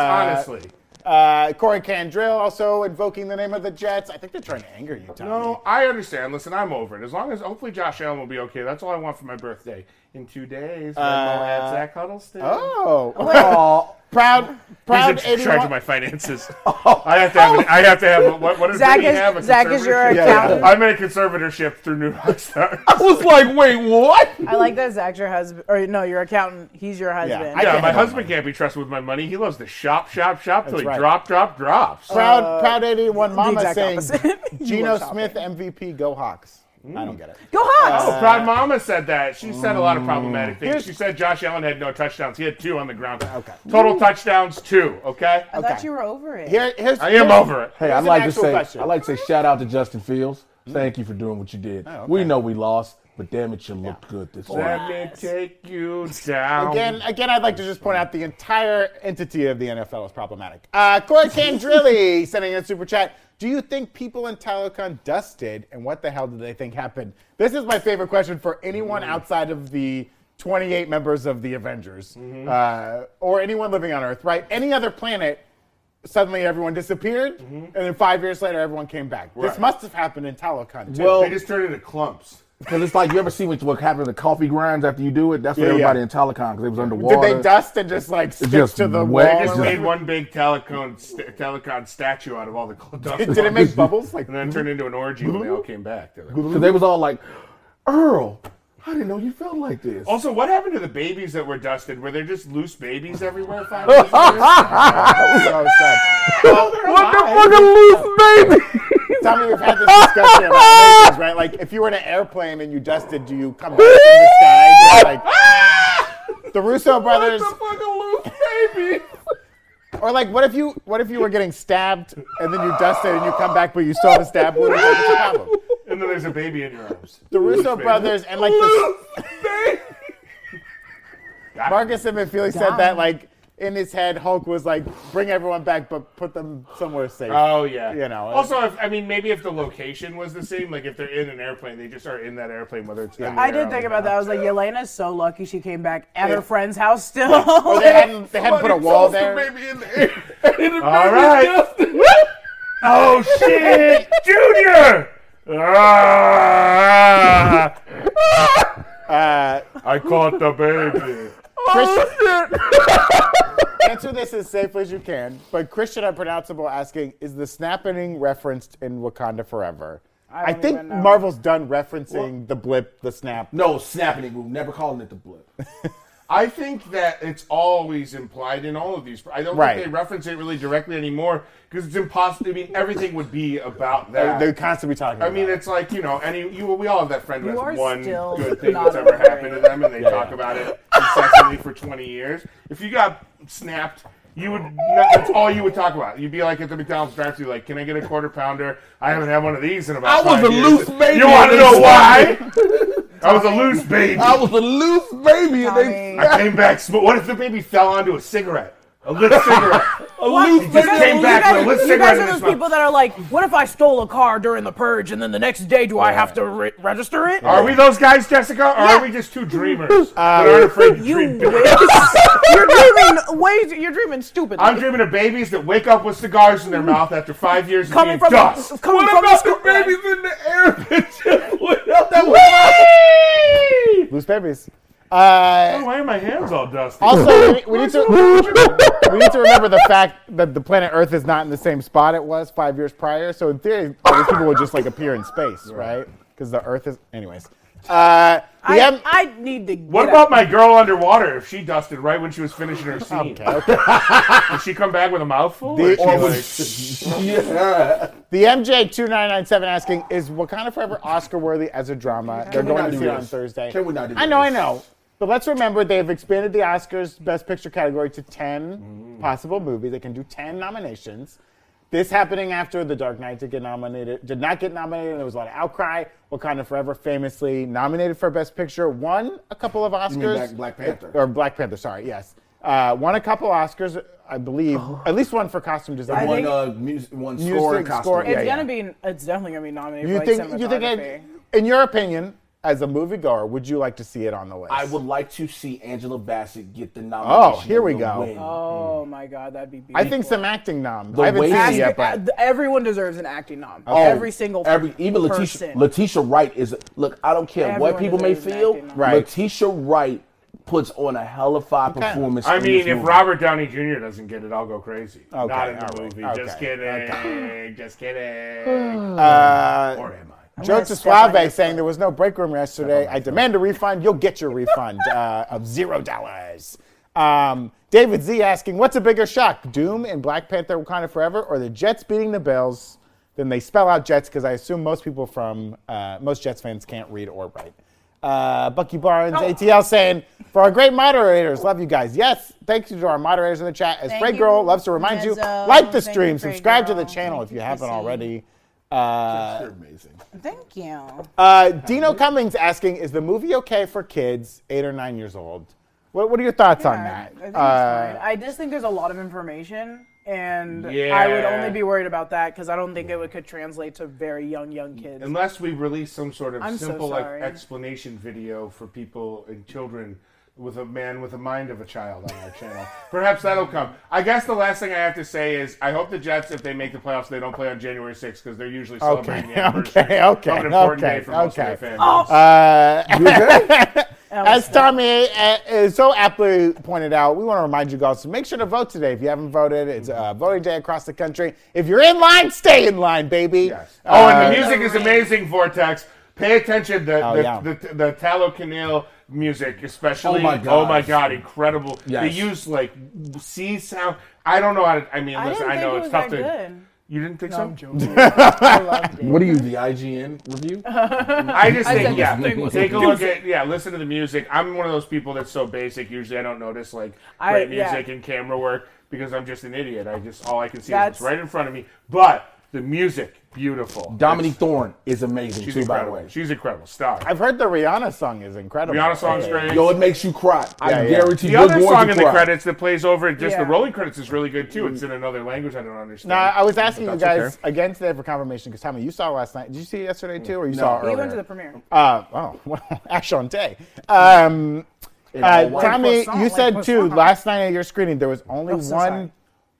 Speaker 1: honestly.
Speaker 5: Uh, Corey Candrill also invoking the name of the Jets. I think they're trying to anger you, Tommy.
Speaker 1: No, I understand. Listen, I'm over it. As long as hopefully Josh Allen will be okay. That's all I want for my birthday. In two days, uh, Venmo at Zach Huddleston.
Speaker 5: Oh,
Speaker 3: Oh,
Speaker 5: proud,
Speaker 1: He's in
Speaker 5: proud
Speaker 1: charge of
Speaker 5: 81.
Speaker 1: my finances. I have to have. An, I have to have. What, what does
Speaker 2: Zach
Speaker 1: Brittany
Speaker 2: is-
Speaker 1: have? A
Speaker 2: Zach is your
Speaker 1: conservatorship?
Speaker 2: accountant.
Speaker 1: I'm in a conservatorship through New Rockstar.
Speaker 3: I was like, wait, what?
Speaker 2: I like that Zach's your husband, or no, your accountant. He's your husband.
Speaker 5: I-
Speaker 1: Yeah,
Speaker 5: can't
Speaker 1: my
Speaker 5: have
Speaker 1: husband can't be trusted with my money. He loves to shop, shop, shop till he
Speaker 5: right.
Speaker 1: drop, drop, drops.
Speaker 5: Proud, proud 81 mama
Speaker 2: exact
Speaker 5: saying
Speaker 2: opposite. You
Speaker 5: Geno
Speaker 2: love shopping.
Speaker 5: Smith MVP, go Hawks. I don't get it.
Speaker 2: Go Hawks.
Speaker 5: Uh,
Speaker 1: Oh, Proud Mama said that. She said a lot of problematic things.
Speaker 5: Here's-
Speaker 1: She said Josh Allen had no touchdowns. He had two on the ground. Okay. Total touchdowns, two. Okay.
Speaker 2: I thought
Speaker 5: okay.
Speaker 2: you were over it.
Speaker 5: Here, here's,
Speaker 1: I am
Speaker 5: here's-
Speaker 1: over it.
Speaker 3: Hey,
Speaker 5: Here's
Speaker 3: I'd
Speaker 5: an
Speaker 3: like to
Speaker 5: actual
Speaker 3: say,
Speaker 5: question.
Speaker 3: I'd like to say, shout out to Justin Fields. Thank you for doing what you did. We know we lost, but damn it, you looked good this morning.
Speaker 1: Let me take you down.
Speaker 5: Again, again, I'd like to just point out the entire entity of the NFL is problematic. Uh, Corey Candrilli sending in a super chat. Do you think people in Telecon dusted, and what the hell did they think happened? This is my favorite question for anyone
Speaker 1: Mm-hmm.
Speaker 5: outside of the 28 members of the Avengers,
Speaker 1: Mm-hmm.
Speaker 5: uh, or anyone living on Earth, right? Any other planet, suddenly everyone disappeared, and then five years later everyone came back. This
Speaker 1: Mm-hmm. Right.
Speaker 5: must have happened in Telecon too.
Speaker 1: they just turned into clumps.
Speaker 3: Because it's like, you ever see what, what happened to coffee grinds after you do it? That's what
Speaker 5: Yeah, yeah.
Speaker 3: everybody in Telecon, because it was
Speaker 5: did
Speaker 3: underwater.
Speaker 5: they dust and just like stick
Speaker 3: just
Speaker 5: to the wall?
Speaker 1: They
Speaker 3: wet. They
Speaker 5: or
Speaker 1: just
Speaker 3: just-
Speaker 1: made
Speaker 5: whatever?
Speaker 1: one big telecon, st- telecon statue out of all the cl- dust.
Speaker 5: Did it make bubbles? Like
Speaker 1: and then turned into an orgy when they all came back. They're like,
Speaker 3: 'Cause they was all like, Earl, I didn't know you felt like this.
Speaker 1: Also, what happened to the babies that were dusted? Were there just loose babies everywhere? Five years ago?
Speaker 5: so sad.
Speaker 1: Well, they're alive.
Speaker 3: Look at loose baby!
Speaker 5: Tommy, we've had this discussion about many things, right? Like, if you were in an airplane and you dusted, do you come back in the sky? Just like the Russo brothers, or like, what if you, what if you were getting stabbed and then you dusted and you come back but you still have a stab wound? Like, what's the problem?
Speaker 1: And then there's a baby in your arms.
Speaker 5: The Russo brothers and like the, Marcus and Feely said that like in his head, Hulk was like, bring everyone back but put them somewhere safe.
Speaker 1: Oh yeah.
Speaker 5: You know,
Speaker 1: Also, if, I mean, maybe if the location was the same, like if they're in an airplane, they just are in that airplane, whether it's. in the
Speaker 2: I
Speaker 1: air
Speaker 2: did
Speaker 1: or
Speaker 2: think
Speaker 1: out.
Speaker 2: about that. I was like, Yelena's so lucky she came back at
Speaker 5: Yeah.
Speaker 2: her friend's house still.
Speaker 5: Or they hadn't, they hadn't put a wall
Speaker 3: Somebody
Speaker 5: there.
Speaker 3: tossed the baby in the air.
Speaker 1: All right. oh shit, Junior! Ah,
Speaker 5: Uh,
Speaker 1: I caught the baby.
Speaker 5: Answer this as safely as you can, but Christian Unpronounceable asking, is the snapping referenced in Wakanda Forever? I,
Speaker 2: don't
Speaker 5: think
Speaker 2: even know.
Speaker 5: Marvel's done referencing the blip, the snap.
Speaker 3: No, snapping. We're never calling it the blip.
Speaker 1: I think that it's always implied in all of these. I don't
Speaker 5: Right.
Speaker 1: think they reference it really directly anymore because it's impossible. I mean, everything would be about that.
Speaker 5: They're constantly talking
Speaker 1: I
Speaker 5: about
Speaker 1: mean,
Speaker 5: it.
Speaker 1: it's like you know, any you we all have that friend who
Speaker 2: You are
Speaker 1: has one
Speaker 2: still
Speaker 1: good thing
Speaker 2: not
Speaker 1: that's ever
Speaker 2: over it.
Speaker 1: happened to them, and they talk about it incessantly for twenty years. If you got snapped, you would not, that's all you would talk about. You'd be like at the McDonald's drive-thru, like, "Can I get a quarter pounder? I haven't had one of these in about."
Speaker 3: I was
Speaker 1: five
Speaker 3: a
Speaker 1: years."
Speaker 3: loose baby
Speaker 1: You want to
Speaker 3: and
Speaker 1: know
Speaker 3: they
Speaker 1: why? I was a loose baby.
Speaker 3: I was a loose baby and they
Speaker 2: Tommy.
Speaker 1: I came back. Sm- what if the baby fell onto a cigarette? A lit cigarette. a loop
Speaker 2: You
Speaker 1: just
Speaker 2: guys-
Speaker 1: came
Speaker 2: you
Speaker 1: back
Speaker 2: guys-
Speaker 1: with a lit
Speaker 2: You
Speaker 1: cigarette
Speaker 2: guys
Speaker 1: in
Speaker 2: are
Speaker 1: his
Speaker 2: those
Speaker 1: mouth.
Speaker 2: people that are like, what if I stole a car during the purge and then the next day do I have to re- register it?
Speaker 1: Are we those guys, Jessica? Or
Speaker 2: Yeah.
Speaker 1: are we just two dreamers that aren't afraid to
Speaker 2: You
Speaker 1: dream
Speaker 2: wish.
Speaker 1: big?
Speaker 2: you're dreaming way. too- You're dreaming stupid.
Speaker 1: I'm dreaming of babies that wake up with cigars in their mouth after five years of being
Speaker 2: Mm. coming from
Speaker 1: dust.
Speaker 2: coming from a scoop-
Speaker 1: in the air that went out
Speaker 5: that
Speaker 1: way?
Speaker 5: Loose babies. Uh,
Speaker 1: Why are my hands all dusty?
Speaker 5: also, we, we need to we need to remember the fact that the planet Earth is not in the same spot it was five years prior. So in theory, all these people would just like appear in space, right? Because the Earth is, anyways. Uh, we
Speaker 2: I,
Speaker 5: haven't-
Speaker 2: I need to. Get
Speaker 1: what
Speaker 2: out.
Speaker 1: about my girl underwater if she dusted right when she was finishing her scene?
Speaker 5: Okay, okay.
Speaker 1: Did she come back with a mouthful?
Speaker 5: The-
Speaker 1: Or she
Speaker 5: or
Speaker 1: like-
Speaker 5: The MJ two nine nine seven asking is Wakanda Forever Oscar worthy as a drama? They're
Speaker 3: we
Speaker 5: going
Speaker 3: not
Speaker 5: to
Speaker 3: do
Speaker 5: see it on
Speaker 3: this?
Speaker 5: Thursday.
Speaker 3: Can we not do
Speaker 5: I know, I
Speaker 3: this?
Speaker 5: know. But let's remember they have expanded the Oscars Best Picture category to ten
Speaker 3: Mm.
Speaker 5: possible movies. They can do ten nominations. This happening after The Dark Knight did get nominated, did not get nominated, and there was a lot of outcry. Wakanda Forever famously nominated for Best Picture, won a couple of Oscars.
Speaker 3: Black- Black Panther?
Speaker 5: or Black Panther, sorry, yes, uh, won a couple Oscars, I believe,
Speaker 3: Oh.
Speaker 5: at least one for costume design.
Speaker 3: one,
Speaker 2: think-
Speaker 3: uh, music, one
Speaker 5: Music,
Speaker 3: score and costume.
Speaker 5: score,
Speaker 2: It's
Speaker 5: yeah, yeah.
Speaker 2: gonna be. It's definitely gonna be nominated.
Speaker 5: You
Speaker 2: for
Speaker 5: think?
Speaker 2: Like
Speaker 5: You think?
Speaker 2: cinematography.
Speaker 5: In, in your opinion, as a moviegoer, would you like to see it on the list?
Speaker 3: I would like to see Angela Bassett get the
Speaker 5: Oh,
Speaker 3: nomination.
Speaker 5: here we
Speaker 3: and the
Speaker 5: go.
Speaker 3: win.
Speaker 2: Oh my god, that'd be beautiful.
Speaker 5: I think some acting nom. I haven't seen
Speaker 3: way she-
Speaker 5: it
Speaker 2: Ask-
Speaker 5: yet, but
Speaker 2: uh, Everyone deserves an acting nom.
Speaker 3: Oh,
Speaker 2: every single
Speaker 3: every even Letitia
Speaker 2: person.
Speaker 3: Letitia Wright is look. I don't care what
Speaker 2: Everyone
Speaker 3: people may
Speaker 2: deserves an
Speaker 3: feel.
Speaker 2: acting nom.
Speaker 5: Right.
Speaker 3: Letitia Wright puts on a hell of a performance.
Speaker 1: I
Speaker 3: in this
Speaker 1: mean, if
Speaker 3: movie.
Speaker 1: Robert Downey Jr. doesn't get it, I'll go crazy.
Speaker 5: Okay,
Speaker 1: Not in the
Speaker 5: all right,
Speaker 1: movie.
Speaker 5: okay,
Speaker 1: Just kidding. Just kidding.
Speaker 5: uh,
Speaker 1: or am I?
Speaker 5: Joe
Speaker 2: gonna step on your
Speaker 5: Suave saying there was no break room yesterday. I demand a refund. You'll get your refund uh, of zero dollars. Um, David Z asking, what's a bigger shock, Doom and Black Panther: Wakanda Forever, or the Jets beating the Bills? Then they spell out Jets because I assume most people from uh, most Jets fans can't read or write. Uh, Bucky Barnes,
Speaker 2: Oh.
Speaker 5: ATL saying, for our great moderators, love you guys. Yes, thank you to our moderators in the chat. As
Speaker 2: Thank
Speaker 5: Fred
Speaker 2: you,
Speaker 5: Girl loves to remind you,
Speaker 2: Mezzo.
Speaker 5: like the
Speaker 2: Thank you,
Speaker 5: stream,
Speaker 2: Fred
Speaker 5: subscribe to the
Speaker 2: Girl.
Speaker 5: channel
Speaker 2: Thank
Speaker 5: if you
Speaker 2: you,
Speaker 5: haven't
Speaker 2: Chrissy.
Speaker 5: already. Uh,
Speaker 3: You're amazing.
Speaker 2: Thank you.
Speaker 5: uh, Dino Cummings asking, is the movie okay for kids eight or nine years old? What, what are your thoughts on
Speaker 2: Yeah,
Speaker 5: that?
Speaker 2: I think
Speaker 5: Uh,
Speaker 2: it's fine. I just think there's a lot of information, and I would
Speaker 1: Yeah.
Speaker 2: only be worried about that because I don't think it would, could translate to very young, young
Speaker 5: Mm,
Speaker 2: kids.
Speaker 1: Unless we release some sort of
Speaker 2: I'm so
Speaker 1: simple like
Speaker 2: sorry.
Speaker 1: explanation video for people and children with a man with a mind of a child on our channel. Perhaps that'll come. I guess the last thing I have to say is I hope the Jets, if they make the playoffs, they don't play on January 6th because they're usually celebrating
Speaker 5: Okay,
Speaker 1: the anniversary
Speaker 5: okay, okay,
Speaker 1: of an important
Speaker 5: okay,
Speaker 1: day for most
Speaker 5: okay. Uh,
Speaker 1: of their fans.
Speaker 5: As Tommy uh, uh, so aptly pointed out, we want to remind you guys to make sure to vote today. If you haven't voted, it's uh,
Speaker 1: Mm-hmm.
Speaker 5: voting day across the country. If you're in line, stay in line, baby.
Speaker 1: Yes. Oh, and the
Speaker 5: Uh,
Speaker 1: music is amazing, Vortex. Pay attention the
Speaker 5: Oh,
Speaker 1: the,
Speaker 5: yeah.
Speaker 1: the, the, Tallow Canal music, especially.
Speaker 3: Oh, my
Speaker 1: Oh my
Speaker 3: gosh.
Speaker 1: god, incredible! They
Speaker 3: Yes.
Speaker 1: use like sea sound. I don't know how to. I mean,
Speaker 2: I
Speaker 1: listen,
Speaker 2: didn't
Speaker 1: I
Speaker 2: think
Speaker 1: know
Speaker 2: it
Speaker 1: it's
Speaker 2: was
Speaker 1: tough
Speaker 2: that
Speaker 1: to.
Speaker 2: good.
Speaker 1: You didn't think so?
Speaker 2: I loved it.
Speaker 3: What are you, the IGN review?
Speaker 1: I just think,
Speaker 2: said
Speaker 1: yeah,
Speaker 2: this thing was
Speaker 1: take a look at, yeah, listen to the music. I'm one of those people that's so basic. Usually I don't notice like
Speaker 2: I-
Speaker 1: great
Speaker 2: yeah.
Speaker 1: music and camera work because I'm just an idiot. I just, all I can see
Speaker 2: That's-
Speaker 1: is what's right in front of me. But the music, beautiful.
Speaker 3: Dominique Thorne is amazing
Speaker 1: She's
Speaker 3: too,
Speaker 1: incredible.
Speaker 3: by the way.
Speaker 1: She's incredible. Star.
Speaker 5: I've heard the Rihanna song is incredible.
Speaker 1: Rihanna song's great.
Speaker 3: Yo, it makes you cry.
Speaker 5: Yeah,
Speaker 3: I
Speaker 5: yeah.
Speaker 3: guarantee
Speaker 1: The
Speaker 3: you're
Speaker 1: other
Speaker 3: going
Speaker 1: song
Speaker 3: to
Speaker 1: in the
Speaker 3: cry.
Speaker 1: credits that plays over just the
Speaker 2: Yeah.
Speaker 1: rolling credits is really good too. It's in another language I don't understand.
Speaker 5: Now, I was asking you
Speaker 1: But that's
Speaker 5: guys again today for confirmation because Tommy, you saw last night. Did you see it
Speaker 1: Mm.
Speaker 5: yesterday too, or you saw it
Speaker 2: He
Speaker 5: earlier?
Speaker 2: went to the premiere.
Speaker 5: Uh, oh, well, Ashante. Um, uh,
Speaker 3: Hawaii.
Speaker 5: Tommy,
Speaker 2: Croissant,
Speaker 5: you
Speaker 2: like
Speaker 5: said too
Speaker 2: croissant.
Speaker 5: last night at your screening there was only
Speaker 2: Oh, so
Speaker 5: one
Speaker 2: sorry.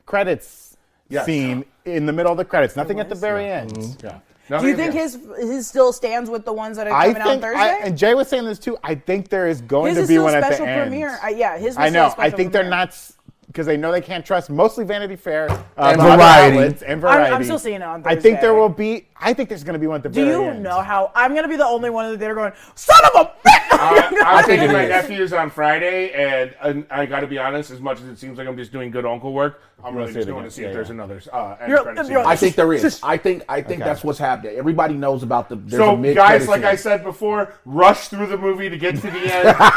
Speaker 5: credits
Speaker 1: Yes.
Speaker 5: scene in the middle of the credits, nothing at the
Speaker 2: was?
Speaker 5: very end.
Speaker 1: Yeah. Mm-hmm.
Speaker 2: Do you
Speaker 1: Nothing-
Speaker 2: think his his still stands with the ones that are
Speaker 5: I
Speaker 2: coming out on
Speaker 5: think,
Speaker 2: Thursday?
Speaker 5: I, and Jay was saying this too. I think there is going
Speaker 2: his
Speaker 5: to
Speaker 2: is
Speaker 5: be
Speaker 2: still
Speaker 5: one
Speaker 2: a
Speaker 5: at the
Speaker 2: special
Speaker 5: end.
Speaker 2: premiere. I, yeah, his. Was
Speaker 5: I
Speaker 2: still a
Speaker 5: know. I
Speaker 2: special
Speaker 5: think
Speaker 2: premiere.
Speaker 5: they're not because they know they can't trust mostly Vanity Fair uh,
Speaker 3: And
Speaker 5: but other
Speaker 3: Variety.
Speaker 5: outlets and
Speaker 2: I'm- I'm
Speaker 5: variety.
Speaker 2: still seeing it on
Speaker 5: I think there
Speaker 2: Thursday.
Speaker 5: will be. I think there's going to be one at the
Speaker 2: Do
Speaker 5: very
Speaker 2: you
Speaker 5: end.
Speaker 2: know how I'm gonna be the only one in the theater going, son of a bitch?
Speaker 5: Oh,
Speaker 1: I, I'm taking
Speaker 3: it
Speaker 1: Uh, my
Speaker 3: is.
Speaker 1: nephews on Friday, and, and I got to be honest. As much as it seems like I'm just doing good uncle work, I'm really
Speaker 5: see
Speaker 1: just
Speaker 5: it
Speaker 1: going
Speaker 5: again.
Speaker 1: to see if
Speaker 5: Yeah,
Speaker 1: there's
Speaker 5: yeah.
Speaker 1: another uh, end
Speaker 2: You're-
Speaker 1: credit
Speaker 2: you're-
Speaker 1: scene.
Speaker 3: I think there is. I think I think
Speaker 5: Okay.
Speaker 3: that's what's happening. Everybody knows about the. There's a
Speaker 1: So, guys,
Speaker 3: mid-credit
Speaker 1: like
Speaker 3: scene.
Speaker 1: I said before, rush through the movie to get to the end. do not, no,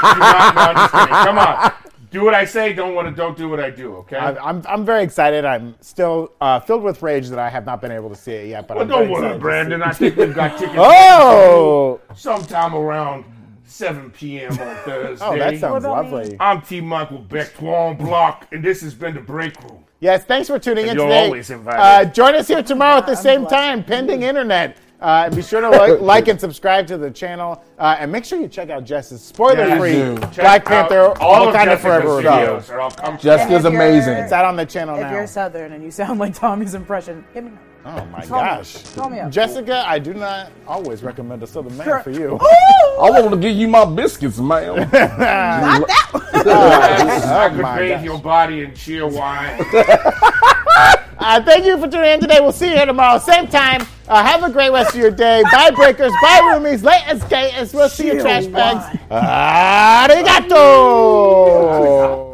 Speaker 1: I'm just kidding. Come on, do what I say. Don't want to. Don't do what I do. Okay.
Speaker 5: I- I'm, I'm very excited. I'm still uh, filled with rage that I have not been able to see it yet. But
Speaker 1: well,
Speaker 5: I'm very
Speaker 1: don't worry,
Speaker 5: excited to see
Speaker 1: Brandon. I think we've got tickets
Speaker 5: it. Oh,
Speaker 1: sometime around 7 p.m. on Thursday.
Speaker 5: Oh, that sounds
Speaker 2: about me?
Speaker 5: lovely.
Speaker 1: I'm T. Michael Bertrand Block, and this has been The Break Room.
Speaker 5: Yes, thanks for tuning in
Speaker 1: you're
Speaker 5: today.
Speaker 1: always invited.
Speaker 5: Uh, join us here tomorrow at the same time, pending internet. Uh, and be sure to like, like and subscribe to the channel, uh, and make sure you check out Jess's spoiler-free
Speaker 3: Yes, do.
Speaker 5: Black
Speaker 1: Check
Speaker 5: Panther
Speaker 1: out all of
Speaker 5: Wakanda
Speaker 1: Jessica's
Speaker 5: Forever review.
Speaker 1: videos, or I'll come
Speaker 3: Jessica's
Speaker 2: And if you're-
Speaker 3: amazing.
Speaker 5: It's out on the channel
Speaker 2: If
Speaker 5: now.
Speaker 2: you're Southern and you sound like Tommy's impression, give me a
Speaker 5: oh my
Speaker 2: call me.
Speaker 5: gosh,
Speaker 2: Call me up.
Speaker 5: Jessica! I do not always recommend a Southern man for you.
Speaker 2: Oh,
Speaker 5: Oh,
Speaker 3: I want to give you my biscuits, man.
Speaker 2: Not that one.
Speaker 1: I could
Speaker 5: my
Speaker 1: bathe
Speaker 5: gosh.
Speaker 1: your body in cheer wine.
Speaker 5: Uh, thank you for tuning in today. We'll see you here tomorrow, same time. Uh, have a great rest of your day. Bye, breakers. Bye, roomies. Late
Speaker 3: Uh,
Speaker 5: as gay as we'll see you, trash bags. Arigato.